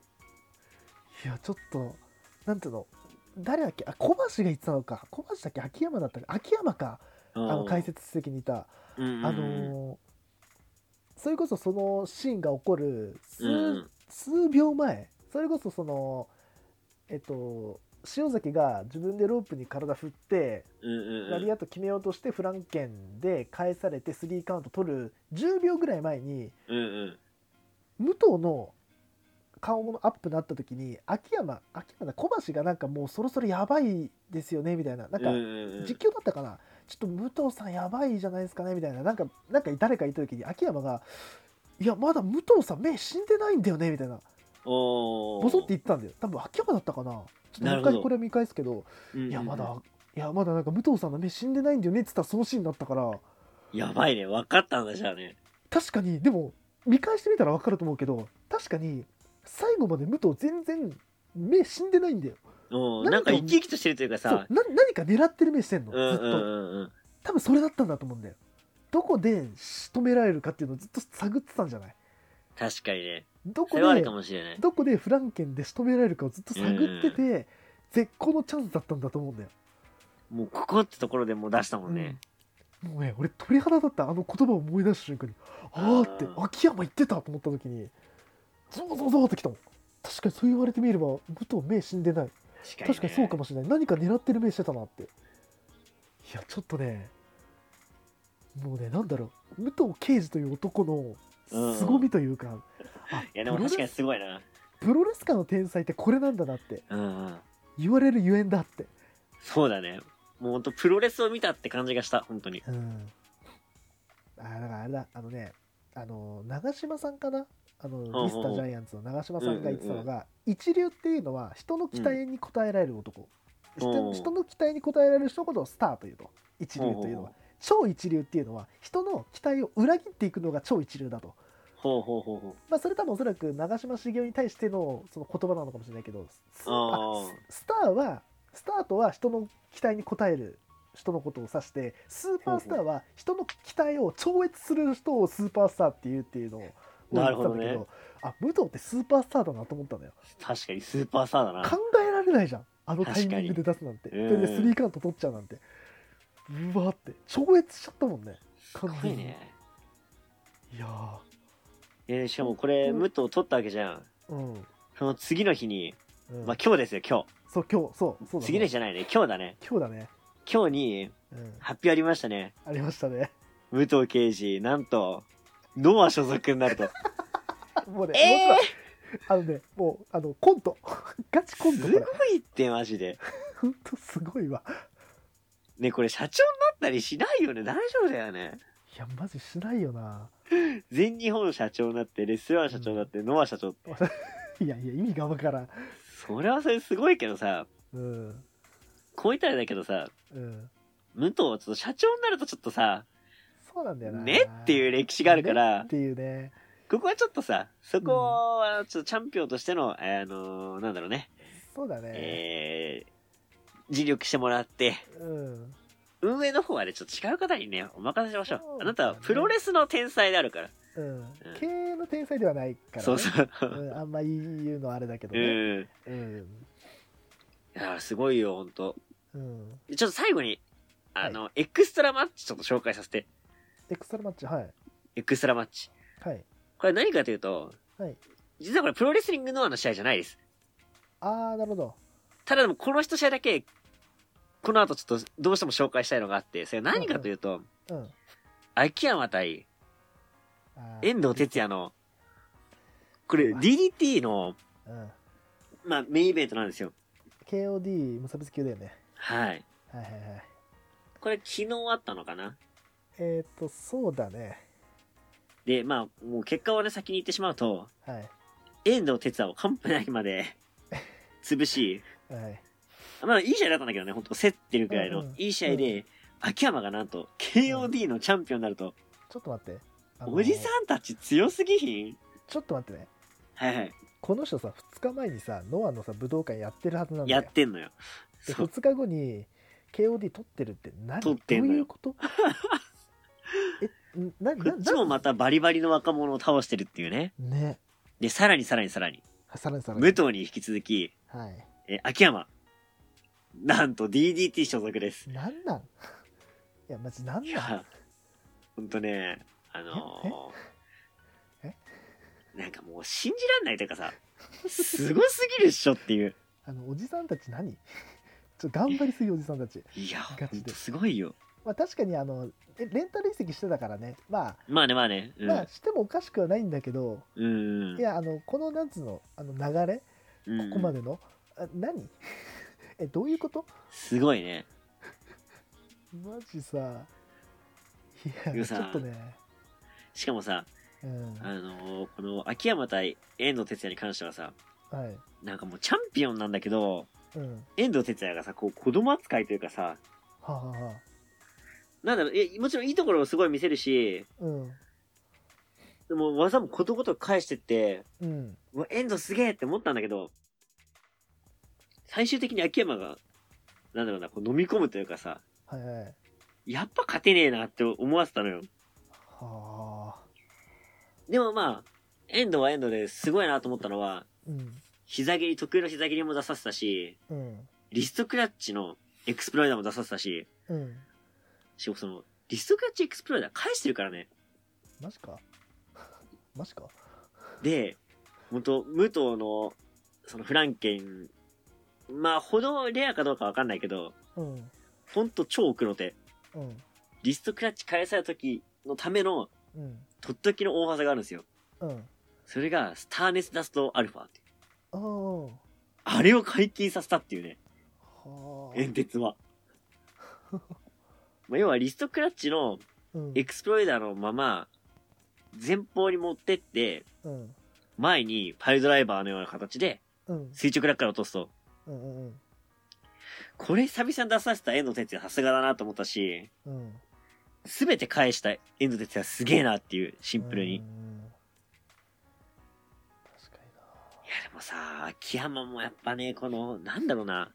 Speaker 1: いやちょっとなんていうの誰だっけあ小橋が言ってたのか小橋だっけ秋山だったか秋山か
Speaker 2: あ
Speaker 1: あの解、説席にいた
Speaker 2: うんうんうん
Speaker 1: あのーそれこそそのシーンが起こる数,、
Speaker 2: うんうん
Speaker 1: 数秒前それこそそのえっと塩崎が自分でロープに体振って
Speaker 2: うんうん
Speaker 1: ラリアット決めようとしてフランケンで返されてスリーカウント取る10秒ぐらい前に
Speaker 2: うんうん
Speaker 1: 武藤の顔のアップになった時に秋山秋山だ小橋がなんかもうそろそろやばいですよねみたいななんか
Speaker 2: うんうんうん
Speaker 1: 実況だったかなちょっと武藤さんやばいじゃないですかねみたいななんかなんか誰か言った時に秋山が「いやまだ武藤さん目死んでないんだよね」みたいな
Speaker 2: おー
Speaker 1: ボソって言ってたんだよ多分秋山だったかなちょっ
Speaker 2: な
Speaker 1: と
Speaker 2: る
Speaker 1: 一
Speaker 2: ほ
Speaker 1: 回
Speaker 2: ど
Speaker 1: これ見返すけど
Speaker 2: うんうん
Speaker 1: 「
Speaker 2: うん
Speaker 1: いやまだいやまだなんか武藤さんの目死んでないんだよね」って言ったらそのシーンだったから
Speaker 2: やばいね分かったんだじゃあね
Speaker 1: 確かにでも見返してみたら分かると思うけど確かに最後まで武藤全然目死んでないんだよ
Speaker 2: おーな
Speaker 1: なん
Speaker 2: ん
Speaker 1: か
Speaker 2: か生き生きとしてるというか
Speaker 1: そ
Speaker 2: さ
Speaker 1: うな何か狙ってる目してんの
Speaker 2: う
Speaker 1: ず
Speaker 2: ん
Speaker 1: っ
Speaker 2: うんう
Speaker 1: と
Speaker 2: んうん
Speaker 1: 多分それだったんだと思うんだよどこで仕留められるかっていうのをずっと探ってたんじゃない
Speaker 2: 確かにね
Speaker 1: どこ
Speaker 2: それはある
Speaker 1: で
Speaker 2: かもしれない
Speaker 1: どこでフランケンで仕留められるかをずっと探ってて絶好のチャンスだったんだと思うんだよ、
Speaker 2: もうここってところでもう出したもんね、
Speaker 1: うんもうね俺鳥肌だったあの言葉を思い出した瞬間にああって
Speaker 2: あー
Speaker 1: 秋山言ってたと思った時にゾワゾワゾワってきたもん確かにそう言われてみれば武藤目死んでない
Speaker 2: 確かに、ね、
Speaker 1: 確かにそうかもしれない何か狙ってる目してたなっていやちょっとねもうねなんだろう武藤敬司という男の
Speaker 2: うん
Speaker 1: 凄みというか、あ
Speaker 2: いやでも
Speaker 1: プロレ
Speaker 2: 確
Speaker 1: ス
Speaker 2: かにすごいな
Speaker 1: プロレス界の天才ってこれなんだなって
Speaker 2: うんうん
Speaker 1: 言われるゆえんだって、
Speaker 2: そうだねもうほんとプロレスを見たって感じがした本当に
Speaker 1: うん、あーだからあれだあのねあの長嶋さんかなあ
Speaker 2: ほ
Speaker 1: の
Speaker 2: う
Speaker 1: ミスタージャイアンツの長嶋さんが言ってたのが、一流っていうのは人の期待に応えられる男、
Speaker 2: お
Speaker 1: 人
Speaker 2: う
Speaker 1: 人の期待に応えられる人のことをスターというと一流というのは
Speaker 2: ほうほうほう
Speaker 1: 超一流っていうのは人の期待を裏切っていくのが超一流だと
Speaker 2: ほうほうほうほう
Speaker 1: まあ、それ多分おそらく長嶋茂雄に対してのその言葉なのかもしれないけどス
Speaker 2: あ
Speaker 1: あススターはスターとは人の期待に応える人のことを指してスーパースターは人の期待を超越する人をスーパースターっていうっていうのを
Speaker 2: なるほどね
Speaker 1: 言ってたんだけどあ武藤ってスーパースターだなと思ったのよ
Speaker 2: 確かにスーパースターだな
Speaker 1: 考えられないじゃんあのタイミングで出すなんてそ
Speaker 2: 確かに
Speaker 1: れで
Speaker 2: う
Speaker 1: ス
Speaker 2: ん
Speaker 1: リーカウント取っちゃうなんてうわーって超越しちゃったもんね
Speaker 2: す
Speaker 1: 完
Speaker 2: ご
Speaker 1: 全
Speaker 2: い
Speaker 1: に
Speaker 2: ね
Speaker 1: いやー
Speaker 2: えしかもこれ武藤取ったわけじゃん
Speaker 1: うん、
Speaker 2: その次の日に、
Speaker 1: うん
Speaker 2: まあ今日ですよ今
Speaker 1: そう今日そうそうだ、ね、
Speaker 2: 日次の日じゃないね今日だね
Speaker 1: 今日だね
Speaker 2: 今日に
Speaker 1: うん
Speaker 2: 発表ありましたね
Speaker 1: ありました
Speaker 2: *laughs*
Speaker 1: ね。
Speaker 2: 武藤刑事なんとノア所属になると
Speaker 1: もうね、
Speaker 2: えー
Speaker 1: 面白い。あのね、もう、あの、コント。 *laughs* ガチ *laughs* コン
Speaker 2: す
Speaker 1: ト
Speaker 2: ご
Speaker 1: これ。
Speaker 2: いってマジで
Speaker 1: ほんとすごいわ。
Speaker 2: ねこれ社長になったりしないよね大丈夫だよね
Speaker 1: いや、マジしないよな。
Speaker 2: 全日本社長になってレストラン社長になって、ノア社長って
Speaker 1: いやいや、意味がわからん。
Speaker 2: それはそれすごいけどさ
Speaker 1: うん。
Speaker 2: こう言ったらだけどさ
Speaker 1: うん。
Speaker 2: 武藤はちょっと社長になるとちょっとさ
Speaker 1: そうなんだよな。
Speaker 2: ねっていう歴史があるか
Speaker 1: ね
Speaker 2: ら
Speaker 1: っていうね。
Speaker 2: ここはちょっとさそこはちょっとチャンピオンとしての、えーあのーなんだろうね
Speaker 1: そうだね、
Speaker 2: えー、尽力してもらって、
Speaker 1: うん
Speaker 2: 運営の方はね、ちょっと違う方にね、お任せしましょう。
Speaker 1: そうだね
Speaker 2: あなたはプロレスの天才であるから。
Speaker 1: うん、経営の天才ではないから、ね、
Speaker 2: そうそう。
Speaker 1: うん、あんま言うのはあれだけど
Speaker 2: う
Speaker 1: ね
Speaker 2: ん。い
Speaker 1: うん
Speaker 2: やー、すごいよ、ほんと。
Speaker 1: うん
Speaker 2: ちょっと最後に、あの、エクストラマッチちょっと紹介させて。
Speaker 1: エクストラマッチはい
Speaker 2: エクストラマッチ。
Speaker 1: はい
Speaker 2: これ何かというと、
Speaker 1: はい
Speaker 2: 実はこれプロレスリングのあの試合じゃないです。
Speaker 1: ああなるほど
Speaker 2: ただでもこの一試合だけ、この後ちょっとどうしても紹介したいのがあって、それは何かというと、
Speaker 1: うん
Speaker 2: 秋山対
Speaker 1: あー
Speaker 2: 遠藤哲也の、これ DDT の、
Speaker 1: うん、
Speaker 2: まあメインイベントなんですよ。
Speaker 1: KOD 無差別級だよね
Speaker 2: はい。
Speaker 1: はいはいはい
Speaker 2: これ昨日あったのかな
Speaker 1: えっ、ー、とそうだね
Speaker 2: で、まあ、もう結果をね、先に言ってしまうと、
Speaker 1: はい
Speaker 2: 遠藤哲也を完璧なまで *laughs* 潰し、
Speaker 1: はい
Speaker 2: まあ、いい試合だったんだけどね、本当競ってるくらい
Speaker 1: うんう
Speaker 2: の
Speaker 1: ん、
Speaker 2: いい試合で、秋山がなんと、KOD のチャンピオンになると、
Speaker 1: ちょっと待ってあのー
Speaker 2: おじさんたち強すぎひん
Speaker 1: ちょっと待ってね
Speaker 2: はいはい。
Speaker 1: この人さ2日前にさノアのさ武道館やってるはずなんだ
Speaker 2: や
Speaker 1: よ
Speaker 2: ってんのよ。
Speaker 1: で
Speaker 2: そう。
Speaker 1: 2日後に KOD 取ってるって何
Speaker 2: 取ってん
Speaker 1: ど
Speaker 2: の
Speaker 1: うい
Speaker 2: よ
Speaker 1: うこと
Speaker 2: *laughs*
Speaker 1: えんな
Speaker 2: こ
Speaker 1: な
Speaker 2: っちもまたバリバリの若者を倒してるっていうね。
Speaker 1: なね
Speaker 2: で、さらにさらにさらに、
Speaker 1: さらにさらに
Speaker 2: 武藤に引き続き、
Speaker 1: はい
Speaker 2: えー秋山。なんと DDT 所属です。
Speaker 1: なんなん *laughs* いやマジなん
Speaker 2: い
Speaker 1: なん
Speaker 2: や、ほんとね、あのー
Speaker 1: え
Speaker 2: なんかもう信じらんないというかさ、すごすぎるっしょっていう。
Speaker 1: あのおじさんたち何 *laughs* ちょっと頑張りすぎおじさんたち
Speaker 2: いや、ほ
Speaker 1: ガチで
Speaker 2: んとすごいよ。
Speaker 1: まあ確かにあのえレンタル移籍してたからねまあ
Speaker 2: まあねまあね。うん。
Speaker 1: まあしてもおかしくはないんだけど、
Speaker 2: うんうん
Speaker 1: いやあのこのなんつうのあの流れ
Speaker 2: うん
Speaker 1: ここまでの、あ何 *laughs* えどういうこと
Speaker 2: すごいね。
Speaker 1: マジさい
Speaker 2: でも
Speaker 1: や
Speaker 2: さ
Speaker 1: ちょっとね
Speaker 2: しかもさ、
Speaker 1: うん
Speaker 2: あのーこの秋山対遠藤哲也に関してはさ、
Speaker 1: はい
Speaker 2: なんかもうチャンピオンなんだけど、
Speaker 1: うん
Speaker 2: 遠藤哲也がさ、こう子供扱いというかさ、
Speaker 1: はあ、はあはあ、
Speaker 2: なんだろう、えもちろんいいところをすごい見せるし、
Speaker 1: うん
Speaker 2: でも技もことごとく返してって、
Speaker 1: うん
Speaker 2: うわ、遠藤すげえって思ったんだけど、最終的に秋山が、なんだろうな、こう飲み込むというかさ、
Speaker 1: はいはい
Speaker 2: やっぱ勝てねえなって思わせたのよ。
Speaker 1: はあ
Speaker 2: でもまあ、遠藤は遠藤ですごいなと思ったのは、
Speaker 1: うん
Speaker 2: 膝蹴り、得意の膝蹴りも出させたし、
Speaker 1: うん
Speaker 2: リストクラッチのエクスプロイダーも出させたし、
Speaker 1: うん
Speaker 2: しかもその、リストクラッチエクスプロイダー返してるからね。
Speaker 1: マジか *laughs* マジか
Speaker 2: で、本当武藤の、そのフランケン、まあ、ほどレアかどうかわかんないけど、
Speaker 1: うん
Speaker 2: ほんと超奥の手。
Speaker 1: うん
Speaker 2: リストクラッチ返された時のための、
Speaker 1: うん
Speaker 2: とっときの大技があるんですよ。
Speaker 1: うん
Speaker 2: それが、スターネスダストアルファっていう。
Speaker 1: ああは
Speaker 2: あれを解禁させたっていうね、
Speaker 1: あ
Speaker 2: 演説は。まあ要は、リストクラッチの
Speaker 1: うん
Speaker 2: エクスプロイダーのまま、前方に持ってって、
Speaker 1: うん
Speaker 2: 前にパイルドライバーのような形で
Speaker 1: うん
Speaker 2: 垂直落下を落とすと、
Speaker 1: うんうん
Speaker 2: これ久々に出させた遠藤哲也さすがだなと思ったし、
Speaker 1: うん
Speaker 2: すべて返した遠藤哲也すげえなっていう、シンプルに。
Speaker 1: う
Speaker 2: い
Speaker 1: ん確か
Speaker 2: やでもさ、秋山もやっぱね、この、なんだろうな、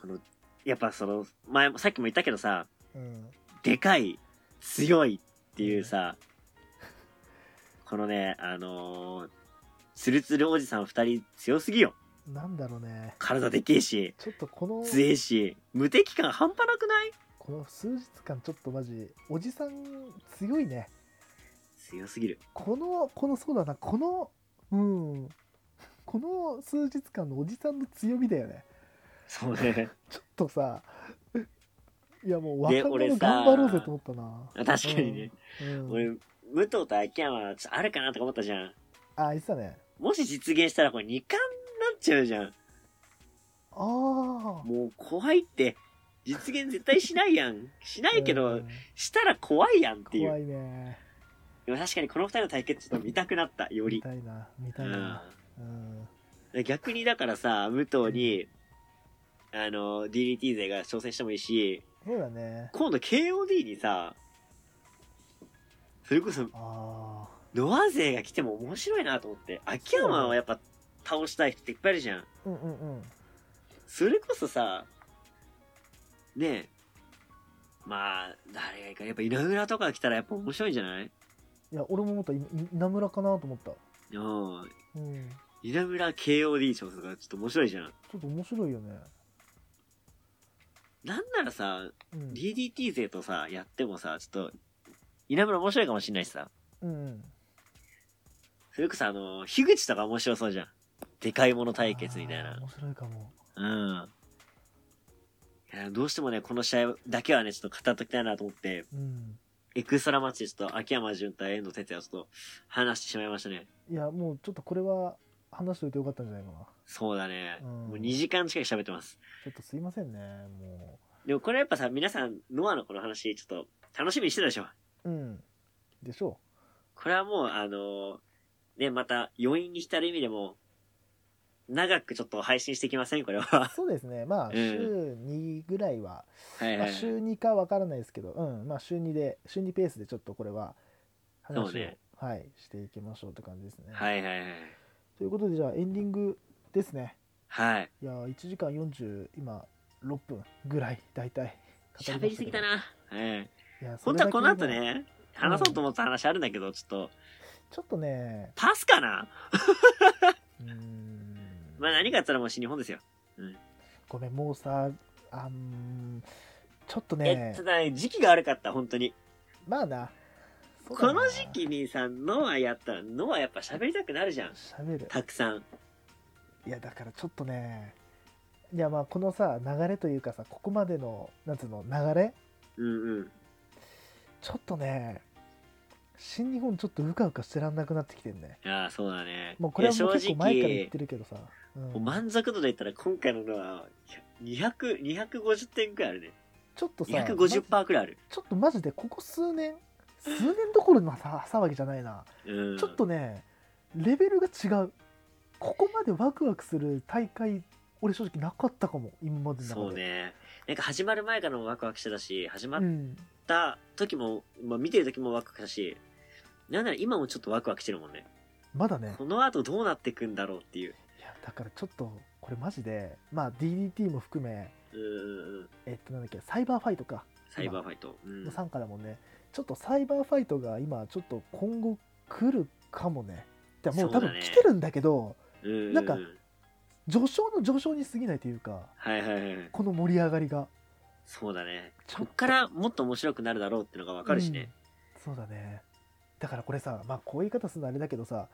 Speaker 2: この、やっぱその、前も、さっきも言ったけどさ、
Speaker 1: になうん
Speaker 2: でかい、強いっていうさ、このね、あのー、ツルツルおじさん二人強すぎよ。
Speaker 1: なんだろうね
Speaker 2: 体でけえし、
Speaker 1: ちょっとこの
Speaker 2: 強えし、無敵感半端なくない
Speaker 1: この数日間ちょっとマジおじさん強いね
Speaker 2: 強すぎる。
Speaker 1: このこのそうだなこのうんこの数日間のおじさんの強みだよね
Speaker 2: そうね。
Speaker 1: ちょっとさいやもう
Speaker 2: で
Speaker 1: 若
Speaker 2: 俺
Speaker 1: 者
Speaker 2: さ
Speaker 1: 頑張ろうぜと思ったな
Speaker 2: *laughs* 確かにね。
Speaker 1: うん、
Speaker 2: 俺、武藤と秋山はちょっとあるかなとか思ったじゃん。
Speaker 1: あ言ってたね
Speaker 2: もし実現したらこれ2冠になっちゃうじゃん。
Speaker 1: ああ
Speaker 2: もう怖いって。実現絶対しないやん。しないけど、したら怖いやんってい
Speaker 1: 怖
Speaker 2: う。
Speaker 1: いね
Speaker 2: でも確かにこの2人の対決ちょっと見たくなった、よ
Speaker 1: 見
Speaker 2: り。
Speaker 1: たいな見た
Speaker 2: う
Speaker 1: い
Speaker 2: ん
Speaker 1: な。うん
Speaker 2: 逆にだからさ、武藤に、あの、DDT 勢が挑戦してもいいし、
Speaker 1: そうだね
Speaker 2: 今度 KOD にさ、それこそ
Speaker 1: ああ
Speaker 2: ノア勢が来ても面白いなと思って、秋山はやっぱ倒したい人っていっぱいいるじゃん。
Speaker 1: うんうんうん
Speaker 2: それこそさ、ねえ、まあ、誰がいいか、やっぱ稲村とか来たらやっぱ面白いんじゃない
Speaker 1: いや俺も思ったい稲村かなと思った
Speaker 2: うん。
Speaker 1: うん
Speaker 2: 稲村 KOD 賞とかちょっと面白いじゃん。
Speaker 1: ちょっと面白いよね
Speaker 2: なんならさ、
Speaker 1: うん
Speaker 2: DDT 勢とさ、やってもさ、ちょっと、稲村面白いかもしんないしさ。
Speaker 1: うんうん
Speaker 2: それこそあの、樋口とか面白そうじゃん。でかいもの対決みたい
Speaker 1: あー
Speaker 2: な。
Speaker 1: 面白いかも
Speaker 2: うん。いやどうしてもね、この試合だけはね、ちょっと語っときたいなと思って、
Speaker 1: うん
Speaker 2: エクストラマッチでちょっと秋山潤対遠藤哲也をちょっと話してしまいましたね。
Speaker 1: いやもうちょっとこれは話しといてよかったんじゃないかな
Speaker 2: そうだね。
Speaker 1: うん
Speaker 2: もう2時間近く喋ってます。
Speaker 1: ちょっとすいませんねも
Speaker 2: でもこれやっぱさ、皆さん、ノアのこの話、ちょっと楽しみにしてたでしょ。
Speaker 1: ううんでしょ
Speaker 2: これはもう、あのーね、また余韻に浸る意味でも、長くちょっと配信していきません、これ
Speaker 1: う
Speaker 2: は。
Speaker 1: そうですねまあ
Speaker 2: ん
Speaker 1: 週2ぐらいは、
Speaker 2: はい
Speaker 1: ま
Speaker 2: は
Speaker 1: あ、
Speaker 2: い。
Speaker 1: 週2かわからないですけどうんまあ週2で週2ペースでちょっとこれは話を、
Speaker 2: そうね
Speaker 1: はいしていきましょうって感じですね、
Speaker 2: はいはいはい。
Speaker 1: ということでじゃあエンディングですね
Speaker 2: はい。
Speaker 1: いやー1時間40今6分ぐらい大体語ましたけど
Speaker 2: *laughs* 喋りすぎたな。はい。
Speaker 1: いやそ
Speaker 2: 本
Speaker 1: れ
Speaker 2: 当
Speaker 1: だ
Speaker 2: は
Speaker 1: け
Speaker 2: この後
Speaker 1: でも
Speaker 2: ね、話そうと思った話あるんだけど、ちょっと、
Speaker 1: ちょっとね
Speaker 2: パスかな
Speaker 1: うーん
Speaker 2: まあ何かあったらもう新日本ですよ。
Speaker 1: ごめんもうさあんちょっと
Speaker 2: え、
Speaker 1: ね
Speaker 2: ただね、時期が悪かった、本当に。
Speaker 1: まあなそうだ
Speaker 2: こ
Speaker 1: な
Speaker 2: の時期にさ、ノアやったら、ノアやっぱ喋りたくなるじゃん。
Speaker 1: 喋る
Speaker 2: たくさん。
Speaker 1: いやだからちょっとねいやまあこのさ流れというかさここまでのなんつうの流れ
Speaker 2: うんうん。
Speaker 1: ちょっとね新日本ちょっとうかうかしてらんなくなってきてるね
Speaker 2: いやーそうだね。
Speaker 1: もうこれはいも
Speaker 2: や
Speaker 1: う結構前から言
Speaker 2: 正
Speaker 1: ってるけどさ、うん
Speaker 2: もう満足度で言ったら今回ののは200、250点くらいあるね。
Speaker 1: ちょっとさま
Speaker 2: 250%くらいある。
Speaker 1: ちょっとマジでここ数年数年どころのさ騒ぎじゃないな
Speaker 2: うん。
Speaker 1: ちょっとねレベルが違うここまでワクワクする大会俺正直なかったかも今までの中で
Speaker 2: そうね。なんか始まる前からもワクワクしてたし、始まっ
Speaker 1: うん
Speaker 2: た時も、まあ見てる時もワクワクしたし、なんなら今もちょっとワクワクしてるもんね。
Speaker 1: まだね
Speaker 2: この後どうなってくんだろうっていう。
Speaker 1: いやだからちょっとこれマジでまあ DDT も含め
Speaker 2: うんうんうん。
Speaker 1: えっとなんだっけサイバーファイトか
Speaker 2: サイバーファイト。うん
Speaker 1: の。参加だもんね、ちょっとサイバーファイトが今ちょっと今後来るかもねでもう多
Speaker 2: そうだ
Speaker 1: 分
Speaker 2: ね
Speaker 1: 来てるんだけど
Speaker 2: ううう
Speaker 1: なんか上昇の上昇に過ぎないというか
Speaker 2: はいはいはい。
Speaker 1: この盛り上がりが
Speaker 2: そうだね。
Speaker 1: ちょ
Speaker 2: こ
Speaker 1: っ
Speaker 2: っからもっと面白くなるだろうってのがわかるしね。
Speaker 1: うん、そうだねだからこれさまあこういう言い方するのあれだけどさ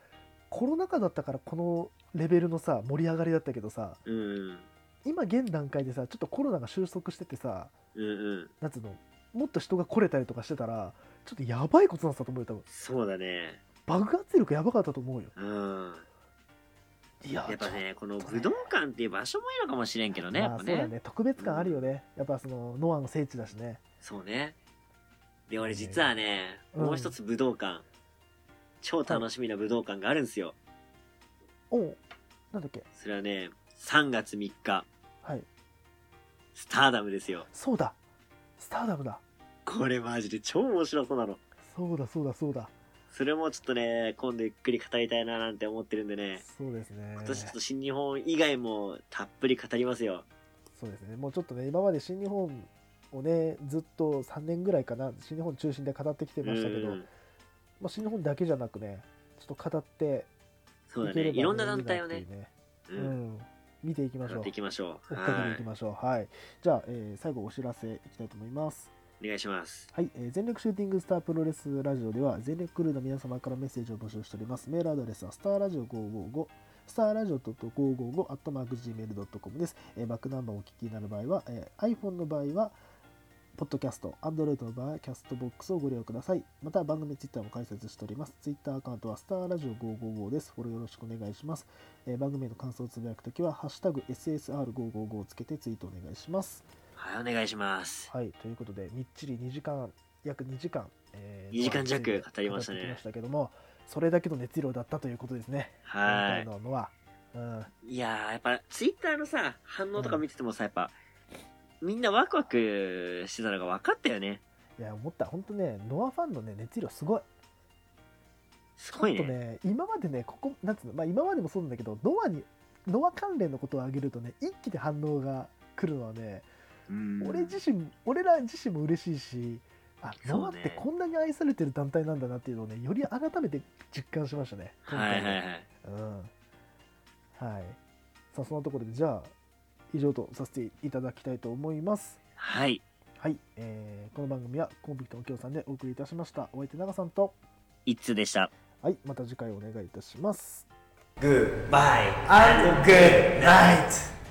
Speaker 1: コロナ禍だったからこのレベルのさ盛り上がりだったけどさ
Speaker 2: うんうん。
Speaker 1: 今現段階でさちょっとコロナが収束しててさ
Speaker 2: うんうん。
Speaker 1: なんつうのもっと人が来れたりとかしてたらちょっとやばいことになってたと思うよ多分
Speaker 2: そうだね。
Speaker 1: 爆発力やばかったと思うよ
Speaker 2: うん。
Speaker 1: いや
Speaker 2: やっぱね、この
Speaker 1: とね
Speaker 2: 武道館っていう場所もいいのかもしれんけどね、
Speaker 1: ま
Speaker 2: や
Speaker 1: あ
Speaker 2: っぱ
Speaker 1: そうだ
Speaker 2: ね。
Speaker 1: ね特別感あるよね、やっぱそのノアの聖地だしね
Speaker 2: そうね。で、俺実はね、
Speaker 1: うん
Speaker 2: もう一つ武道館、超楽しみな武道館があるんですよ。
Speaker 1: おうなんだっけ
Speaker 2: それはね、3月3日、
Speaker 1: はい
Speaker 2: スターダムですよ。
Speaker 1: そうだスターダムだ
Speaker 2: これマジで超面白そうなの。
Speaker 1: そうだそうだそうだ
Speaker 2: それもちょっとね、今度ゆっくり語りたいななんて思ってるんでね、
Speaker 1: そうですね
Speaker 2: 今年ちょっと新日本以外もたっぷり語りますよ。
Speaker 1: そうですね、もうちょっとね、今まで新日本をね、ずっと3年ぐらいかな、新日本中心で語ってきてましたけど、
Speaker 2: うん
Speaker 1: まあ、新日本だけじゃなくね、ちょっと語って
Speaker 2: そうだ
Speaker 1: いけ
Speaker 2: ね。
Speaker 1: れば、
Speaker 2: いろんな団体を
Speaker 1: いい
Speaker 2: ね
Speaker 1: なっ、ていうね
Speaker 2: う、
Speaker 1: うんん、見ていきまし
Speaker 2: 語
Speaker 1: ょ
Speaker 2: っ
Speaker 1: う
Speaker 2: てい。きましょう。
Speaker 1: 追っかけてい
Speaker 2: は
Speaker 1: き
Speaker 2: い。
Speaker 1: ましょう。はい。じゃあ、えー最後お知らせいきたいと思います。
Speaker 2: お願いします。
Speaker 1: はい、えー全力シューティングスタープロレスラジオでは全力クルーの皆様からメッセージを募集しておりますメールアドレスはスターラジオ555スターラジオ .555.gmail.com です、えーバックナンバーをお聞きになる場合は、えー iPhone の場合はポッドキャスト、Android の場合はキャストボックスをご利用ください。また番組 Twitter も開設しております。Twitter アカウントはスターラジオ555です。フォローよろしくお願いします。えー番組への感想をつぶやくときは、ハッシュタグ SSR555 をつけてツイートお願いします。
Speaker 2: はい、お願いします。
Speaker 1: はい、ということで、みっちり2時間、約2時間、え
Speaker 2: 2時間弱
Speaker 1: ノアについて
Speaker 2: 語りましたね
Speaker 1: 語ってきましたけども、それだけの熱量だったということですね。
Speaker 2: は
Speaker 1: 今回のノア。うん、
Speaker 2: い。いやー、やっぱ、ツイッターのさ、反応とか見ててもさ、やっぱ、みんなワクワクしてたのが分かったよね。
Speaker 1: いや、思った、本当ね、ノアファンの、ね、熱量すごい。
Speaker 2: すごい
Speaker 1: ちょっと
Speaker 2: ね。
Speaker 1: ね今までねここなんつうの、まあ、今までもそうなんだけどノアにノア関連のことを挙げるとね一気で反応が来るのはね、
Speaker 2: うん
Speaker 1: 俺自身俺ら自身も嬉しいしあ
Speaker 2: そうね
Speaker 1: ノアってこんなに愛されてる団体なんだなっていうのをねより改めて実感しましたね今
Speaker 2: は
Speaker 1: 回
Speaker 2: いはいはい。
Speaker 1: うんはいさあそのところでじゃあ以上とさせていただきたいと思います
Speaker 2: はい。
Speaker 1: はい、えーこの番組はコンビクトのきょうさんでお送りいたしましたお相手長さんと
Speaker 2: 一通でした。
Speaker 1: はいまた次回お願いいたします
Speaker 3: グッバイグッナイト